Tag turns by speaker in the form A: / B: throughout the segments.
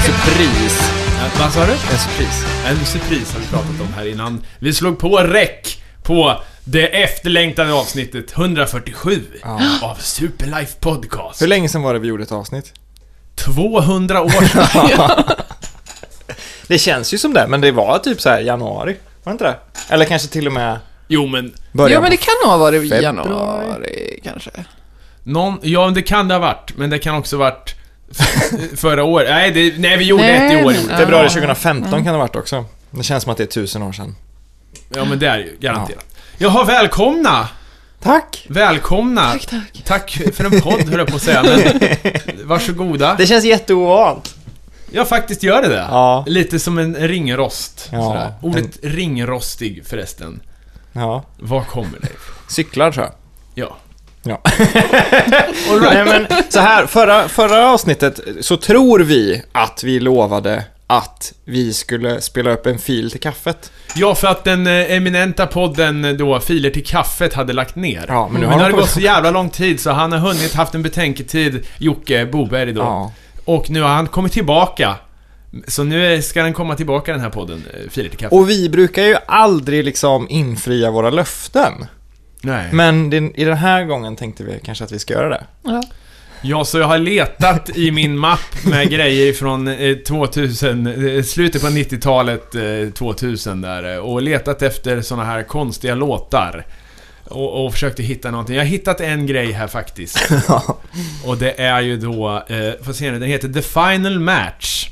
A: surpris.
B: Eh, Vad sa du?
A: En surpris.
B: En surpris har vi pratat om här innan. Vi slog på räck på det efterlängtade avsnittet 147
A: Ja.
B: av Superlife Podcast.
A: Hur länge sedan var det vi gjorde ett avsnitt?
B: 200 år sedan.
A: Det känns ju som det, men det var typ så här januari. Var det inte det? Eller kanske till och med
B: Jo men,
A: början
C: Jo, men det kan nog ha varit i
A: Februari.
C: januari kanske.
B: någon, ja det kan det ha varit, men det kan också ha varit f- förra året. Nej, det, nej vi gjorde
C: Nej,
B: ett i år.
C: men-
B: gjorde vi.
A: på- Februari 2015 kan det ha varit också. Det känns som att det är tusen år sedan.
B: Ja men det är ju garanterat. Jaha, välkomna!
A: Tack!
B: Välkomna!
C: Tack, tack.
B: Tack för en podd höll jag på att säga, men varsågoda.
A: Det känns jätteovant.
B: Jag faktiskt gör det där.
A: Ja.
B: Lite som en ringrost.
A: Ja,
B: sådär. Ordet ringrostig förresten.
A: Ja.
B: Var kommer det ifrån?
A: Cyklar tror jag.
B: Ja.
A: Ja.
B: All
A: Nej
B: right.
A: men så här, förra, förra avsnittet så tror vi att vi lovade att vi skulle spela upp en fil till kaffet.
B: Ja, för att den eh, eminenta podden eh, då, Filer till kaffet, hade lagt ner.
A: Ja, men nu
B: men
A: har de
B: nu har det
A: på-
B: gått så jävla lång tid så han har hunnit haft en betänketid, Jocke Boberg då.
A: Ja.
B: Och nu har han kommit tillbaka. Så nu eh, ska den komma tillbaka den här podden, eh, Filer till kaffet.
A: Och vi brukar ju aldrig liksom infria våra löften.
B: Nej.
A: Men den, i den här gången tänkte vi kanske att vi ska göra det.
C: Ja.
B: Ja, så jag har letat i min mapp med grejer från eh, 2000, eh, slutet på 90-talet, eh, 2000 där. eh, Och letat efter såna här konstiga låtar. Och, och försökte hitta någonting. Jag har hittat en grej här faktiskt. Och det är ju då, eh, får se nu, den heter The Final Match.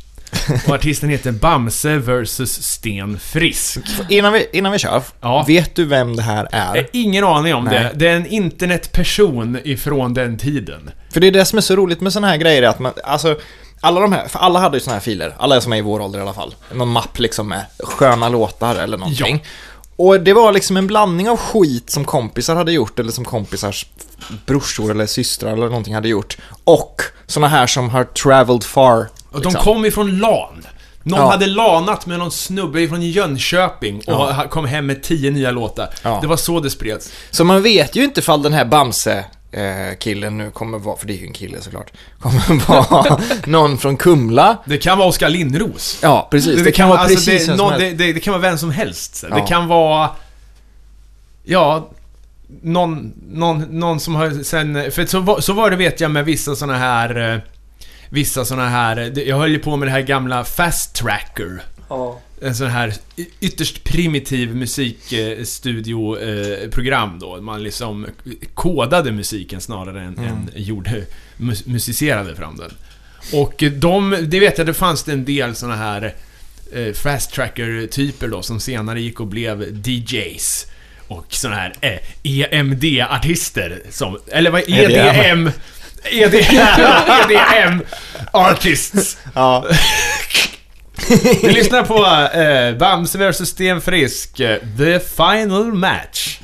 B: Och artisten heter Bamse vs Sten Frisk.
A: Innan vi, innan vi kör,
B: Ja.
A: vet du vem det här är?
B: Jag har ingen aning om
A: Nej.
B: det. Det är en internetperson ifrån den tiden.
A: För det är det som är så roligt med sådana här grejer, att man, alltså, alla de här, för alla hade ju sådana här filer, alla som är i vår ålder i alla fall. Någon mapp liksom med sköna låtar eller någonting. Och det var liksom en blandning av skit som kompisar hade gjort, eller som kompisars brorsor eller systrar eller någonting hade gjort. Och sådana här som har traveled far.
B: Och de
A: liksom.
B: kom ifrån LAN. Någon
A: Ja.
B: hade lanat med någon snubbe ifrån Jönköping och ha- kom hem med tio nya låtar.
A: Ja.
B: Det var så det spreds.
A: Så man vet ju inte fall den här Bamse eh, killen nu kommer vara, för det är ju en kille såklart, kommer vara någon från Kumla.
B: Det kan vara Oskar Linnros.
A: Ja, precis. Det, kan vara precis
B: Alltså, det,
A: vem som
B: någon,
A: helst.
B: det, det, det kan vara vem som helst.
A: Ja.
B: Det kan vara... Ja... Någon, någon, någon som har sen... För så, var- så var det vet jag med vissa såna här... eh, Vissa såna här... det- Jag höll ju på med det här gamla Fast Tracker. en sån här y- ytterst primitiv musikstudioprogram då. Man liksom kodade musiken snarare än, än gjorde, mus- musicerade fram den. Och de, det vet jag, det fanns det en del såna här eh, fast tracker-typer då som senare gick och blev DJs. Och såna här eh, EMD-artister som, eller vad E EDM? EDM, EDM artists.
A: Ja.
B: Vi lyssnar på eh, Bamse vs Sten Frisk, eh, The Final Match.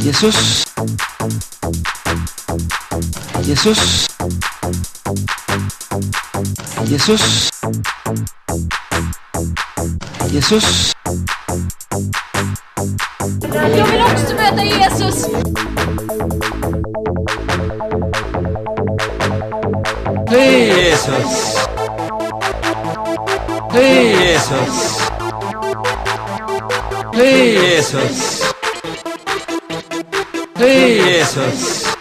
D: Jesús. Jesús. Jesús. Jesús.
E: Jag vill också möta Jesus.
D: Jesús. Jesús. Jesús. Jesús.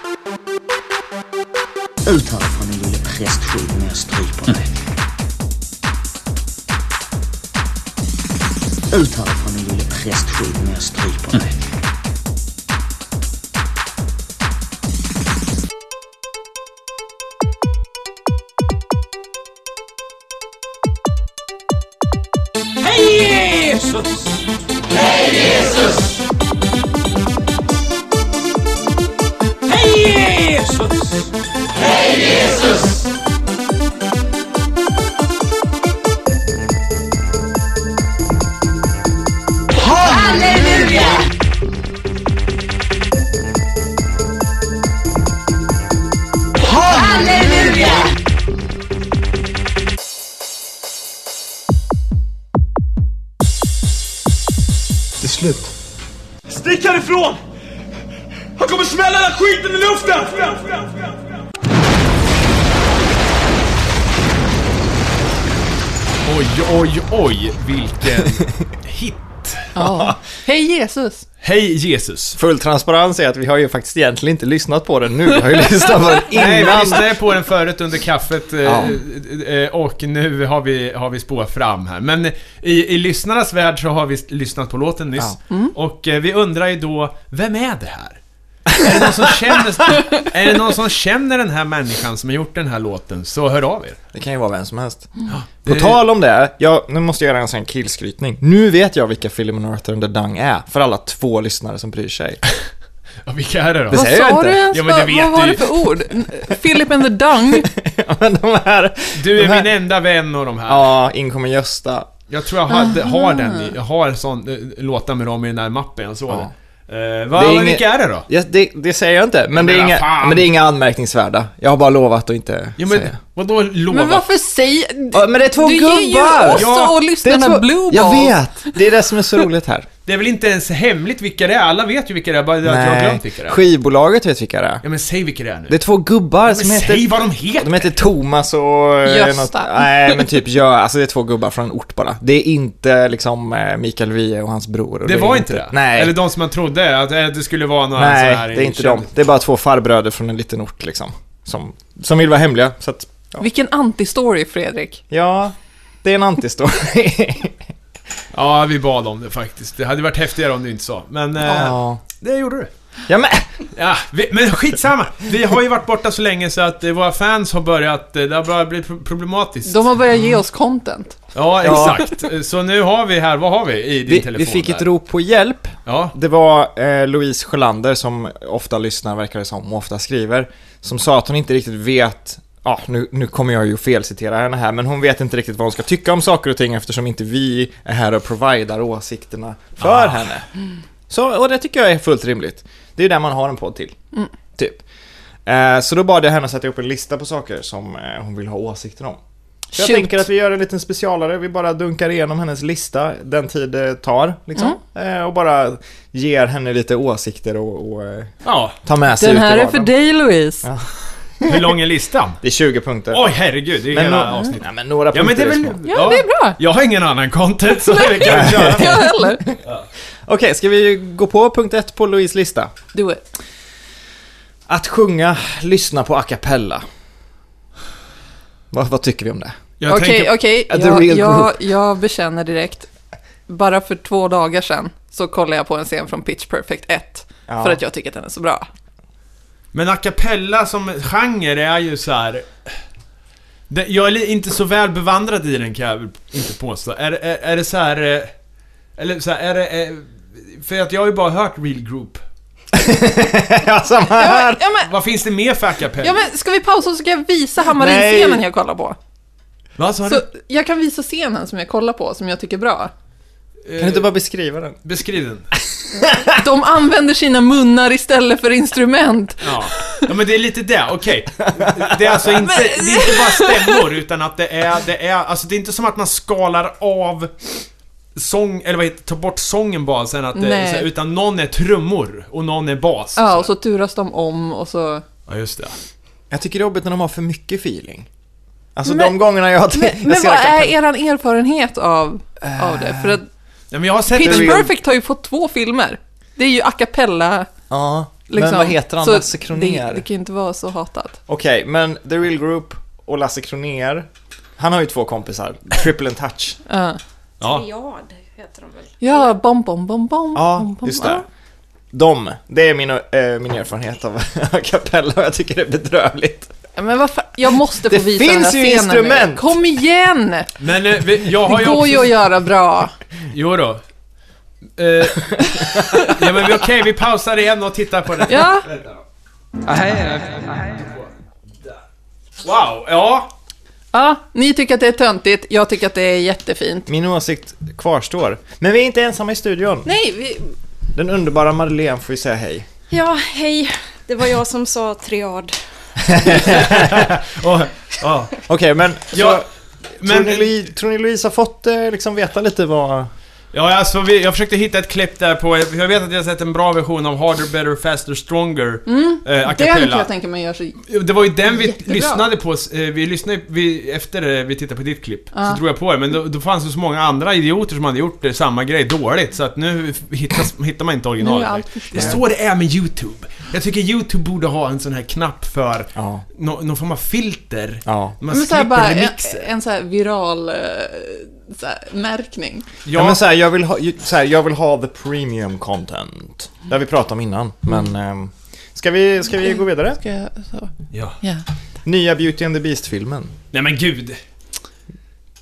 F: Ut härifrån din lille prästskit när jag stryper dig. Ut härifrån din lille prästskit när jag stryper dig.
E: Halleluja!
G: till slut.
H: Stick härifrån! Han kommer smälla den här skiten i luften!
B: Oj, oj, oj, vilken hit.
C: Ja. Hej Jesus!
B: Hej Jesus.
A: Full transparens är att vi har ju faktiskt egentligen inte lyssnat på den nu. Vi har ju lyssnat på den
B: Nej, vi
A: innan.
B: lyssnade på den förut under kaffet eh, eh, och nu har vi, har vi spårat fram här. Men i, i lyssnarnas värld så har vi s- lyssnat på låten nyss. Och eh, vi undrar ju då, vem är det här? är, det någon som känner, är det någon som känner den här människan som har gjort den här låten, så hör av er.
A: Det kan ju vara vem som helst.
B: Mm.
A: På tal om det, jag, nu måste jag göra en sån här killskrytning. Nu vet jag vilka Philip North and the Dung är, för alla två lyssnare som bryr sig.
B: Ja, vilka är det då?
A: Det
C: Vad
A: säger jag
C: sa
A: inte.
C: du ens?
B: Ja, men det
C: vad,
B: vet
C: vad var
B: du
C: det för ord? Philip and the Dung?
A: Ja, men de här...
B: Du
A: de
B: är
A: här,
B: min enda vän och de här.
A: Ja, in kommer Gösta.
B: Jag tror jag hade, har den, i- jag har sån eh, låtar med dem i den där mappen, jag såg
A: Ja.
B: det. Eh, vad,
A: Det är
B: vad-
A: inget-
B: Vilka är det då?
A: Ja, det, det säger jag inte, men det, är
B: Men
A: inga,
B: vad fan.
A: men det är inga anmärkningsvärda. Jag har bara lovat att inte
B: Ja, men
A: säga.
B: vadå lova?
C: Men varför säger...
A: Ja, men det är två
C: du ger ju
A: gubbar.
C: oss
B: Ja,
C: och
A: Det är
C: lyssnarna
A: två-
C: blue
A: Jag
C: balls.
A: vet! Det är det som är så roligt här.
B: Det är väl inte ens hemligt vilka det är? Alla vet ju vilka det är, bara att jag har glömt vilka det är.
A: skivbolaget vet vilka det är.
B: Ja men säg vilka det är nu.
A: Det är två gubbar
B: men
A: som
B: säg
A: heter...
B: vad de heter!
A: De heter Thomas och... eh,
C: Gösta.
A: nej, men typ jag. Alltså det är två gubbar från en ort bara. Det är inte liksom eh, Mikael Wiehe och hans bror. Och
B: det
A: är
B: var inte det?
A: Nej.
B: Eller de som man trodde, att eh, det skulle vara några
A: nej,
B: sån här
A: det är inte
B: känd-
A: de. Det är bara två farbröder från en liten ort liksom. Som, som vill vara hemliga. Så att, ja.
C: Vilken antistory, Fredrik.
A: ja, det är en antistory.
B: Ja, vi bad om det faktiskt. Det hade varit häftigare om du inte sa. Men eh,
A: ja.
B: det gjorde du.
A: ja, men...
B: Ja, vi, men skitsamma! Vi har ju varit borta så länge så att eh, våra fans har börjat... eh, Det har börjat bli pro- problematiskt.
C: De har börjat ge oss content.
A: Mm.
B: Ja,
A: Ja.
B: exakt. Eh, Så nu har vi här, vad har vi i din
A: Vi,
B: telefon
A: vi fick
B: där?
A: ett rop på hjälp.
B: Ja.
A: Det var eh, Louise Sjölander som ofta lyssnar, verkar det som, och ofta skriver. Som sa att hon inte riktigt vet, ja nu, nu kommer jag ju felcitera henne här, men hon vet inte riktigt vad hon ska tycka om saker och ting eftersom inte vi är här och providar åsikterna
B: Ah.
A: för henne. Så, och det tycker jag är fullt rimligt. Det är ju där man har en podd till. Typ. Eh, så då bad jag henne sätta ihop en lista på saker som eh, hon vill ha åsikter om. Så jag
C: Shoot.
A: tänker att vi gör en liten specialare, vi bara dunkar igenom hennes lista den tid det tar. Liksom.
C: Mm.
A: Eh, och bara ger henne lite åsikter och, och eh,
B: Ja,
A: tar med sig
C: Den
A: ut i
C: här är
A: vardagen.
C: för dig, Louise.
A: Ja.
B: hur lång är listan?
A: Det är 20 punkter.
B: Oj, herregud, det är ju
A: men,
B: hela
A: no-
B: avsnittet.
A: ja, men några
B: Ja,
A: punkter
B: men det är väl...
A: små.
C: Ja, det är bra.
B: Jag har ingen annan content så vi kan köra.
C: Jag heller.
A: Okej, ska vi gå på punkt ett på Louise lista?
C: Do it.
A: Att sjunga, lyssna på a cappella. Vad, vad tycker vi om det?
B: Jag
C: Okej,
B: tänker-
C: okej.
A: At the
C: Jag,
A: real
C: jag, jag bekänner direkt. Bara för två dagar sedan så kollade jag på en scen från Pitch Perfect 1.
A: Ja.
C: För att jag tycker att den är så bra.
B: Men a cappella som genre är ju så här. Det, jag är li- inte så väl bevandrad i den kan jag väl inte påstå. Är, är, är det så här... eh, Eller så här, är det... eh, För att jag har ju bara hört real group.
A: ja, samma här!
C: Ja, men,
B: Vad finns det mer för a cappella?
C: ja, men ska vi pausa så ska jag visa Hammarin-scenen
A: Nej.
C: jag kollar på?
B: Vad sa
C: Så
B: du?
C: jag kan visa scenen som jag kollar på, som jag tycker är bra.
A: Kan du inte bara beskriva den?
B: Eh, Beskriv den.
C: De använder sina munnar istället för instrument.
B: Ja. ja, men det är lite det, okej. Det är alltså inte, det är inte bara stämmor utan att det är, det är, alltså det är inte som att man skalar av sång, eller vad heter tar bort sången bara sen att det,
C: Nej.
B: så här, utan någon är trummor och någon är bas.
C: Ja, och så turas de om och så...
B: ja just det.
A: Jag tycker det är jobbigt när de har för mycket feeling. Alltså
C: Men-
A: de gångerna jag, jag
C: Men, men
A: ser Eh,
C: vad
A: a cappella-
C: är er erfarenhet av, av det? För att
B: Ja, men jag har sett
C: Pitch
B: en-
C: Perfect har ju fått två filmer. Det är ju a cappella,
A: Ja,
C: liksom.
A: men vad heter han?
C: Så
A: Lasse Kronér?
C: Det, det kan ju inte vara så hatat.
A: Okej, men The Real Group och Lasse Kronér, han har ju två kompisar, Triple and Touch.
C: Ja.
B: Ja.
E: Triad heter de väl?
C: Ja, bom, bom, bom, bom.
A: Ja,
C: bom, bom,
A: just
C: bom.
A: det. De, det är min, eh, min erfarenhet av a cappella och jag tycker det är bedrövligt.
C: Ja, Men vad fan, jag måste få
A: Det
C: visa
A: finns
C: den här
A: ju
C: scenen Nu.
A: instrument!
C: Kom igen!
B: Men eh, vi, jag har
C: Det
B: ju
C: går
B: också...
C: ju att göra bra.
B: Jo då. Eh, ja men vi- okej, vi pausar igen och tittar på det.
C: Ja,
B: Wow, ja.
C: ja, ni tycker att det är töntigt, jag tycker att det är jättefint.
A: Min åsikt kvarstår. Men vi är inte ensamma i studion.
E: Nej, vi...
A: Den underbara Madeleine får ju säga hej.
E: Ja, hej. Det var jag som sa triad.
B: Och, ja.
A: Okej, men,
B: Ja,
A: så,
B: men
A: tror, ni, Louise- tror ni Louise har fått eh, liksom veta lite vad...
B: Ja, alltså vi, jag försökte hitta ett klipp där på... Jag vet att jag har sett en bra version av Harder, Better, Faster, Stronger. Mm, eh, a
C: Det kan
B: cappella.
C: jag tänka mig gör sig...
B: Det var ju den vi
C: Jättebra.
B: lyssnade på, eh, vi lyssnade vi, efter eh, vi tittade på ditt klipp, så drog jag på det. Men då, då fanns det så många andra idioter som hade gjort eh, samma grej dåligt, så att nu hittas, hittar man inte originalet.
C: Nu är allt
B: längre.
C: förstört.
B: det är så det är med YouTube. Jag tycker YouTube borde ha en sån här knapp för
A: Ja.
B: nå- någon form av filter.
A: Ja.
B: Man
C: Men så här
B: slipper
C: bara, en,
B: remixer.
C: en så här viral eh, så här, märkning.
A: Ja.
B: Ja,
A: men så här, jag, vill ha, ju- så här, jag vill ha the premium content. Det har vi pratat om innan, men... ehm, ska vi, ska vi gå vidare?
C: Ska jag, så.
B: ja.
C: Ja.
A: Nya Beauty and the Beast-filmen.
B: Nej men gud.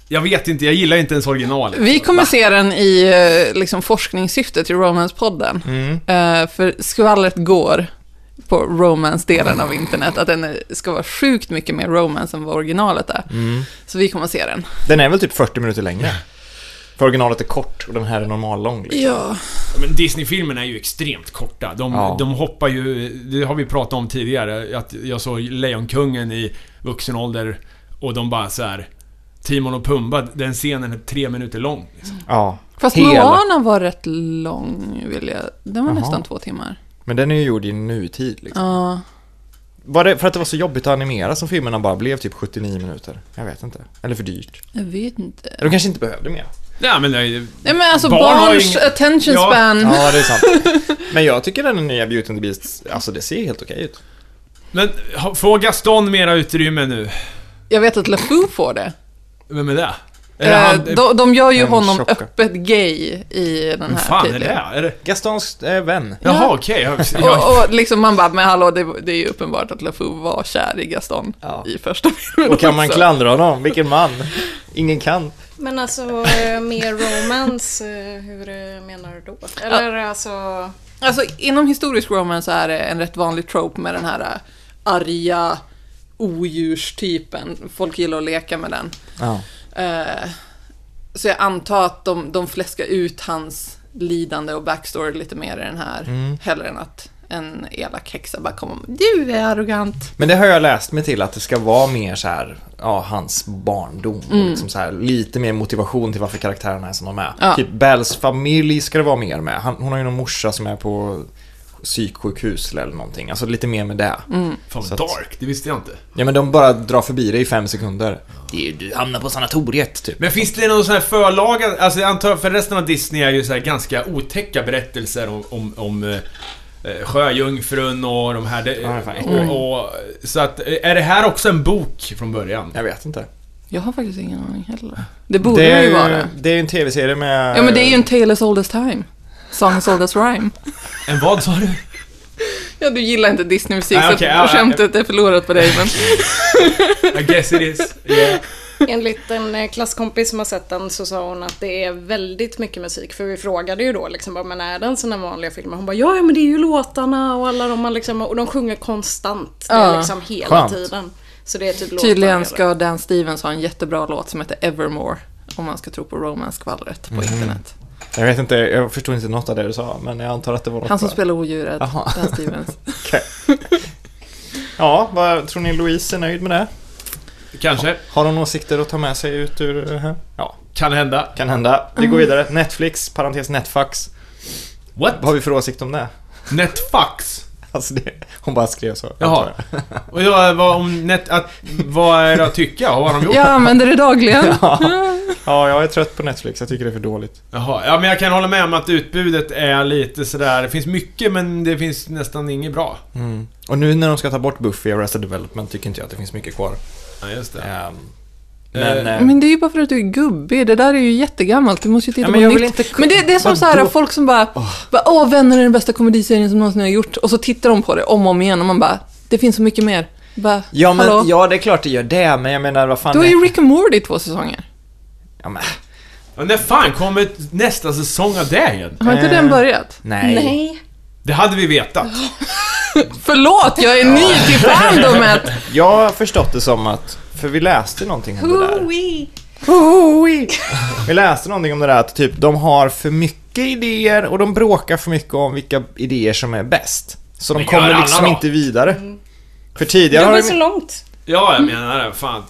B: Jag vet inte, jag gillar inte ens originalet.
C: Vi kommer se den i eh, liksom, forskningssyfte till Romance-podden.
B: Mm.
C: Eh, för skvallret går på romance-delen av internet, att den är, ska vara sjukt mycket mer romance än vad originalet är. Så vi kommer se den.
A: Den är väl typ 40 minuter längre? För originalet är kort och den här är normallång. Liksom.
C: Ja.
B: Men Disney-filmerna är ju extremt korta. De,
A: Ja.
B: de hoppar ju... Det har vi pratat om tidigare. Att jag såg Lejonkungen i vuxen ålder och de bara så här. Timon och Pumba, den scenen är tre minuter lång. Liksom.
A: Ja.
C: Fast
A: Hel.
C: Moana var rätt lång, vill jag... Den var
A: Jaha.
C: nästan två timmar.
A: Men den är ju gjord i nutid liksom.
C: Ja.
A: Var det för att det var så jobbigt att animera som filmerna bara blev typ 79 minuter? Jag vet inte. Eller för dyrt.
C: jag vet inte.
A: De kanske inte behövde mer.
B: Nej men det är ju...
C: Nej men alltså
B: Barn har
C: barns
B: ingen-
C: attention
B: Ja.
C: span.
A: Ja, det är sant. Men jag tycker den nya Beauty and the Beast, alltså det ser helt okej ut.
B: Men ha- får Gaston mera utrymme nu?
C: Jag vet att LeFou får det.
B: Vem är det? Är det
C: Eh,
B: han...
C: de, de gör ju
A: en
C: honom
A: tjocka.
C: öppet gay i den
B: Vem
C: här
B: fan är
C: tydligen.
B: det? Är det...
A: Gastons eh, vän.
B: Jaha, okej. Jag- jag-
C: Och, och liksom man bara, men hallå, det, det är ju uppenbart att LeFou var kär i Gaston
A: Ja.
C: i första filmen
A: Och kan man
C: också.
A: klandra honom? Vilken man. Ingen kan.
E: Men alltså, eh, mer romance, eh, hur eh, menar du då? Eller alltså...
C: Alltså inom historisk romance så är det en rätt vanlig trope med den här eh, arga odjurstypen. Folk gillar att leka med den.
A: Ja.
C: Eh, så jag antar att de, de fläskar ut hans lidande och backstory lite mer i den här. Hellre än att en elak häxa bara kommer du är arrogant.
A: Men det har jag läst mig till att det ska vara mer så här, ja, hans barndom.
C: Mm.
A: och Liksom så här, lite mer motivation till varför karaktärerna är som de är.
C: Ja.
A: Typ Bells familj ska det vara mer med. Han, hon har ju någon morsa som är på psyksjukhus eller någonting. Alltså lite mer med det.
C: Mm.
B: Fan
A: Så
B: vad
A: att-
B: dark, det visste jag inte.
A: Ja men de bara drar förbi det i fem sekunder. Det är, du hamnar på sanatoriet typ.
B: Men finns det någon sån här förlaga, alltså jag antar för resten av Disney är ju så här ganska otäcka berättelser om, om, om eh, eh, Sjöjungfrun och de här... det-
A: Ja, fan, äckligt.
B: och, och, så att, eh, är det här också en bok från början?
A: Jag vet inte.
C: Jag har faktiskt ingen aning heller. Det borde
A: det, är
C: det ju
A: ju,
C: vara.
A: det är ju en tv-serie med...
C: Ja men det är ju en tale as old as time. Song as old as rhyme.
B: En vad sa du?
C: Ja, du gillar inte Disney-musik
B: Nej,
C: så
B: okej, ja, ja,
C: skämtet är förlorat på dig men...
B: I guess it is. Yeah.
E: Enligt en eh, klasskompis som har sett den så sa hon att det är väldigt mycket musik. För vi frågade ju då liksom bara, men är den såna vanliga filmer? Hon bara, ja ja, men det är ju låtarna och alla de man liksom, och de sjunger konstant. Det
C: Ja.
E: är liksom hela
A: Skönt.
E: tiden. Så det är typ låtar hela-
C: Tydligen ska Dan Stevens ha en jättebra låt som heter Evermore. Om man ska tro på romance-skvallret på internet.
A: Jag vet inte, jag förstod inte något av det du sa, men jag antar att det var något
C: Han som
A: bra.
C: spelar odjuret,
A: Jaha.
C: Dan Stevens.
A: Ja, vad, tror ni Louise är nöjd med det?
B: Kanske.
A: Har hon åsikter att ta med sig ut ur det här? Ja,
B: Kan hända.
A: kan hända. Vi går vidare. Netflix, parentes Netfax.
B: What?
A: Vad har vi för åsikt om det?
B: Netfax?
A: Alltså det, hon bara skrev så.
B: Jaha. Och jag, vad om net... Att, vad är det att tycka? Vad har de gjort?
C: Jag använder det dagligen.
A: Ja, jag är trött på Netflix. Jag tycker det är för dåligt.
B: Jaha, ja men jag kan hålla med om att utbudet är lite sådär, det finns mycket men det finns nästan inget bra.
A: Och nu när de ska ta bort Buffy och Arrested Development tycker inte jag att det finns mycket kvar.
B: Ja, just det.
A: Ehm, men...
B: Eh,
A: eh,
C: Men det är ju bara för att du är gubbig, det där är ju jättegammalt, du måste ju titta
A: Ja,
C: på
A: men jag
C: nytt.
A: vill inte-
C: Men det, det är som så här,
A: Vadå?
C: folk som bara, bara åh, Vänner är den bästa komediserien som någonsin har gjort, och så tittar de på det om och om igen och man bara, det finns så mycket mer. Bara,
A: ja,
C: hallå?
A: men, ja, det är klart det gör det, men jag menar vad fan...
C: Du har
A: är-
C: ju Rick and Morty i två säsonger.
A: Ja, men,
B: Ja, när fan kommer nästa säsong av det igen?
C: Har inte
A: Eh.
C: den börjat?
A: nej.
E: Nej.
B: Det hade vi vetat.
C: Förlåt, jag är ny till fandomet!
A: Jag har förstått det som att... För vi läste någonting om det där.
E: Ui.
A: Vi läste någonting om det där att typ de har för mycket idéer och de bråkar för mycket om vilka idéer som är bäst. Så de
B: Men gör alla
A: kommer liksom
B: då?
A: inte vidare. För
E: Det
A: tidigare har
E: går så
A: de,
E: långt.
B: Ja, jag menar det. Fan.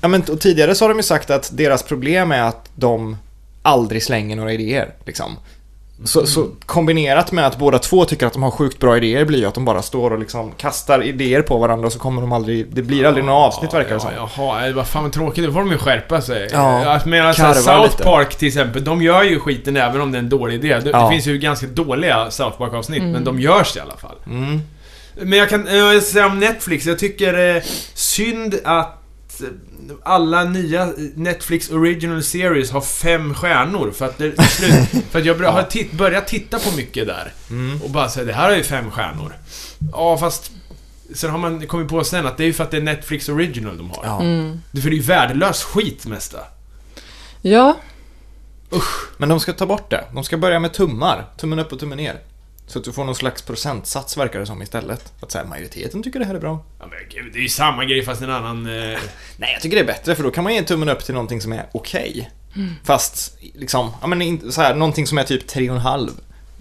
A: ja, men, och tidigare så har de ju sagt att deras problem är att de aldrig slänger några idéer. Liksom. Så, så kombinerat med att båda två tycker att de har sjukt bra idéer blir ju att de bara står och liksom kastar idéer på varandra och så kommer de aldrig, det blir aldrig några avsnitt verkar det som.
B: ja, Jaha, det var fan vad tråkigt. Då får de ju skärpa sig.
A: Ja,
B: Att Medan så
A: karva
B: här South
A: lite.
B: Park till exempel, de gör ju skiten även om det är en dålig idé. Det,
A: Ja.
B: det finns ju ganska dåliga South Park-avsnitt, men de görs i alla fall.
A: Mm.
B: Men jag kan eh, säga om Netflix, jag tycker eh, synd att eh, alla nya Netflix Original Series har fem stjärnor. För att, det, till slut, för att jag bör- har titt, börjat titta på mycket där. Och bara säga det här är ju fem stjärnor. Ja, fast... Sen har man kommit på sen att det är ju för att det är Netflix Original de har.
A: Ja.
B: Det för det är ju värdelös skit mesta.
C: Ja,
A: Men de ska ta bort det. De ska börja med tummar. Tummen upp och tummen ner. Så att du får någon slags procentsats verkar det som istället. Att säga majoriteten tycker det här är bra.
B: Ja, men gud, det är ju samma grej fast en annan... Eh,
A: Nej, jag tycker det är bättre för då kan man ge tummen upp till någonting som är okej. Fast liksom, ja men inte så här, någonting som är typ 3,5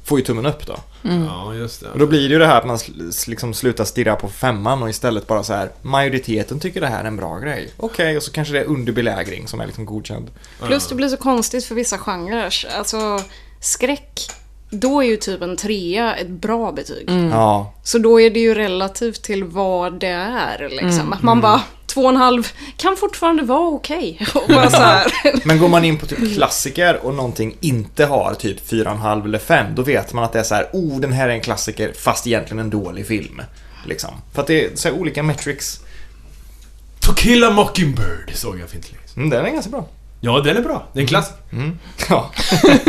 A: får ju tummen upp då.
C: Mm.
B: Ja, just det.
A: Och då blir det ju det här att man sl- s- liksom slutar stirra på femman och istället bara så här, majoriteten tycker det här är en bra grej. Okej, och så kanske det är underbelägring som är liksom godkänd.
E: Plus det blir så konstigt för vissa genrer. Alltså, skräck. Då är ju typ en trea ett bra betyg.
A: Ja,
E: Så då är det ju relativt till vad det är. Liksom.
A: Mm.
E: Att man bara, två och en halv kan fortfarande vara okej. Och bara så här.
A: Men går man in på typ klassiker och någonting inte har typ 4,5 eller 5 då vet man att det är så här, oh den här är en klassiker fast egentligen en dålig film. Liksom. För att det är så här olika metrics.
B: To kill a mockingbird såg jag för inte länge sedan.
A: Mm, den är ganska bra.
B: Ja, den är bra. Det är en klass.
A: Ja.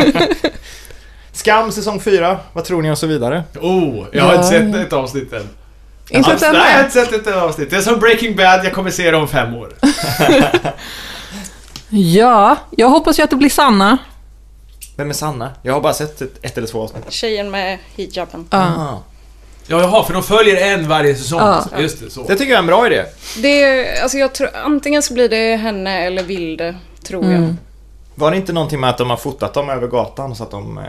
A: Skam säsong 4, vad tror ni och så vidare?
B: Oh, jag har
C: Ja.
B: inte sett ett avsnitt än.
C: inte
B: Alltså,
C: ett
B: Nej, jag har
C: enda.
B: inte sett ett avsnitt. Det är som Breaking Bad, jag kommer se det om fem år.
C: Ja, jag hoppas ju att det blir
A: Mm.
C: Sanna.
A: Vem är Sanna? Jag har bara sett ett, ett eller två avsnitt.
E: Tjejen med hijaben.
A: Ah.
B: Ja, jaha, för de följer en varje säsong.
C: Ja.
B: Just det, så.
A: Det tycker jag är en bra idé.
E: Det är, alltså jag tror, antingen så blir det henne eller Vilde, tror jag.
A: Mm. Var det inte någonting med att de har fotat dem över gatan så att de... eh,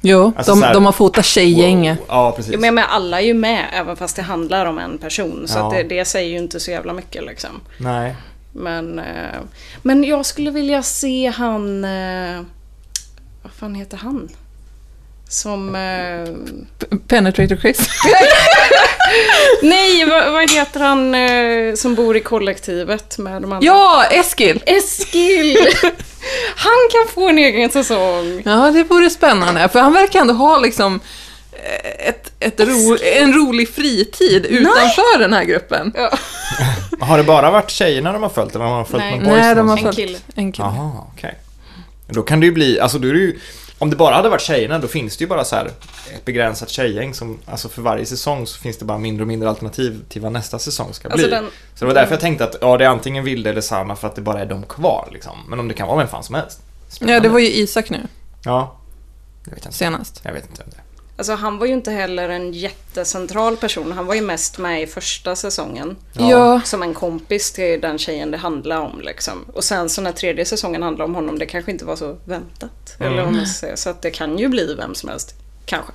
C: Jo,
A: Alltså
C: de,
A: så här-
C: de har fotat tjejgänget.
A: Ja, precis.
E: Jag menar, men alla är ju med, även fast det handlar om en person. Så
A: Ja.
E: att det, det säger ju inte så jävla mycket liksom.
A: Nej.
E: Men, eh, men jag skulle vilja se han... Eh, vad fan heter han? Som... Eh,
C: Penetrator Chris.
E: nej, vad, vad heter han eh, som bor i kollektivet med de andra?
C: Ja, Eskil!
E: Eskil! Han kan få en egen säsong.
C: Ja, det vore spännande. För han verkar ändå ha liksom eh, ett, ett ro, en rolig fritid utanför den här gruppen.
E: Ja.
A: Har det bara varit tjejerna de har följt eller har de följt
E: Nej.
A: med boys?
C: Nej, de har
A: någonstans?
E: En
C: följt
E: kille.
C: en kille.
A: Jaha, okej. Då kan det ju bli, alltså då är det ju, om det bara hade varit tjejerna då finns det ju bara så här ett begränsat tjejgäng som, alltså för varje säsong så finns det bara mindre och mindre alternativ till vad nästa säsong ska
E: Alltså
A: bli.
E: den-
A: Så det var därför jag
C: Mm.
A: tänkte att, ja det är antingen Vilde eller Sanna för att det bara är de kvar liksom. Men om det kan vara vem fan som helst.
C: Ja, det var ju Isak nu
A: Ja. Jag vet inte.
C: senast.
A: Jag vet inte om det.
E: Alltså han var ju inte heller en jättecentral person. Han var ju mest med i första säsongen.
A: Ja.
C: Ja,
E: Som en kompis till den tjejen det handlade om liksom. Och sen så när tredje säsongen handlade om honom, det kanske inte var så väntat.
A: Mm.
E: Eller vad man ska säga. Så att det kan ju bli vem som helst. Kanske.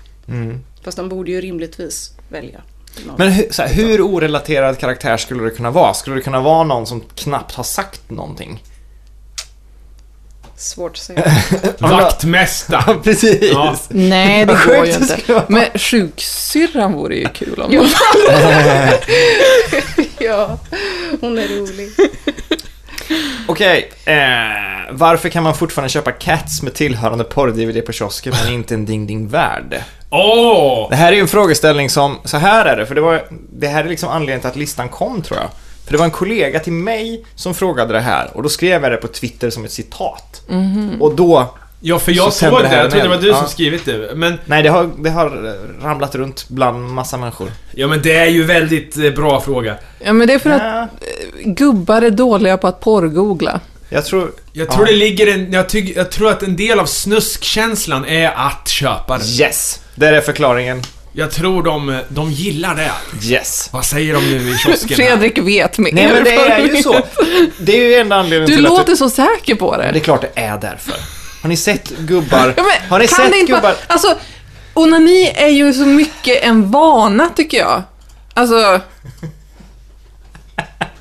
E: Fast de borde ju rimligtvis välja.
A: Mm.
E: någon.
A: Men hur, så här, hur orelaterad karaktär skulle det kunna vara? Skulle det kunna vara någon som knappt har sagt någonting?
E: Svårt att säga.
B: Vaktmästaren.
A: Precis!
B: Ja.
C: Nej, det går ju
A: Sjukt det skulle
C: inte.
A: vara.
C: Men sjuksyrran vore ju kul om
E: ja, hon är rolig.
A: Okej, eh, varför kan man fortfarande köpa Cats med tillhörande porr-DVD på kiosken men inte en Ding Ding Värld?
B: Åh!
A: Det här är ju en frågeställning som, så här är det, för det var, det här är liksom anledningen till att listan kom tror jag. För det var en kollega till mig som frågade det här och då skrev jag det på Twitter som ett citat.
C: Mhm.
A: Och då,
B: Ja, för
A: Så
B: jag såg
A: tänder
B: det.
A: det här
B: Jag trodde det var
A: en
B: du
A: eld.
B: som
A: Ja.
B: skrivit det. Men,
A: nej det har, det har ramlat runt bland massa människor.
B: ja men det är ju väldigt eh, bra fråga.
C: Ja, men det är för att
A: Ja,
C: gubbar är dåliga på att porrgoogla.
A: jag tror...
B: Jag tror
A: ja.
B: det ligger en... Jag, tyck, jag tror att en del av snuskkänslan är att köpa den.
A: Yes! Där är förklaringen.
B: Jag tror de, eh, de gillar det.
A: Yes.
B: Vad säger de nu i kiosken? här?
C: Fredrik vet mer.
A: Nej men det är ju så. Det är ju enda anledningen
C: Du
A: till att...
C: låter så säker på
A: Ja, det är
C: det.
A: klart det är därför. Har ni sett gubbar?
C: Ja, men,
A: har ni
C: kan
A: sett
C: det inte
A: gubbar?
C: Vara, alltså, onani är ju så mycket en vana tycker jag. Alltså...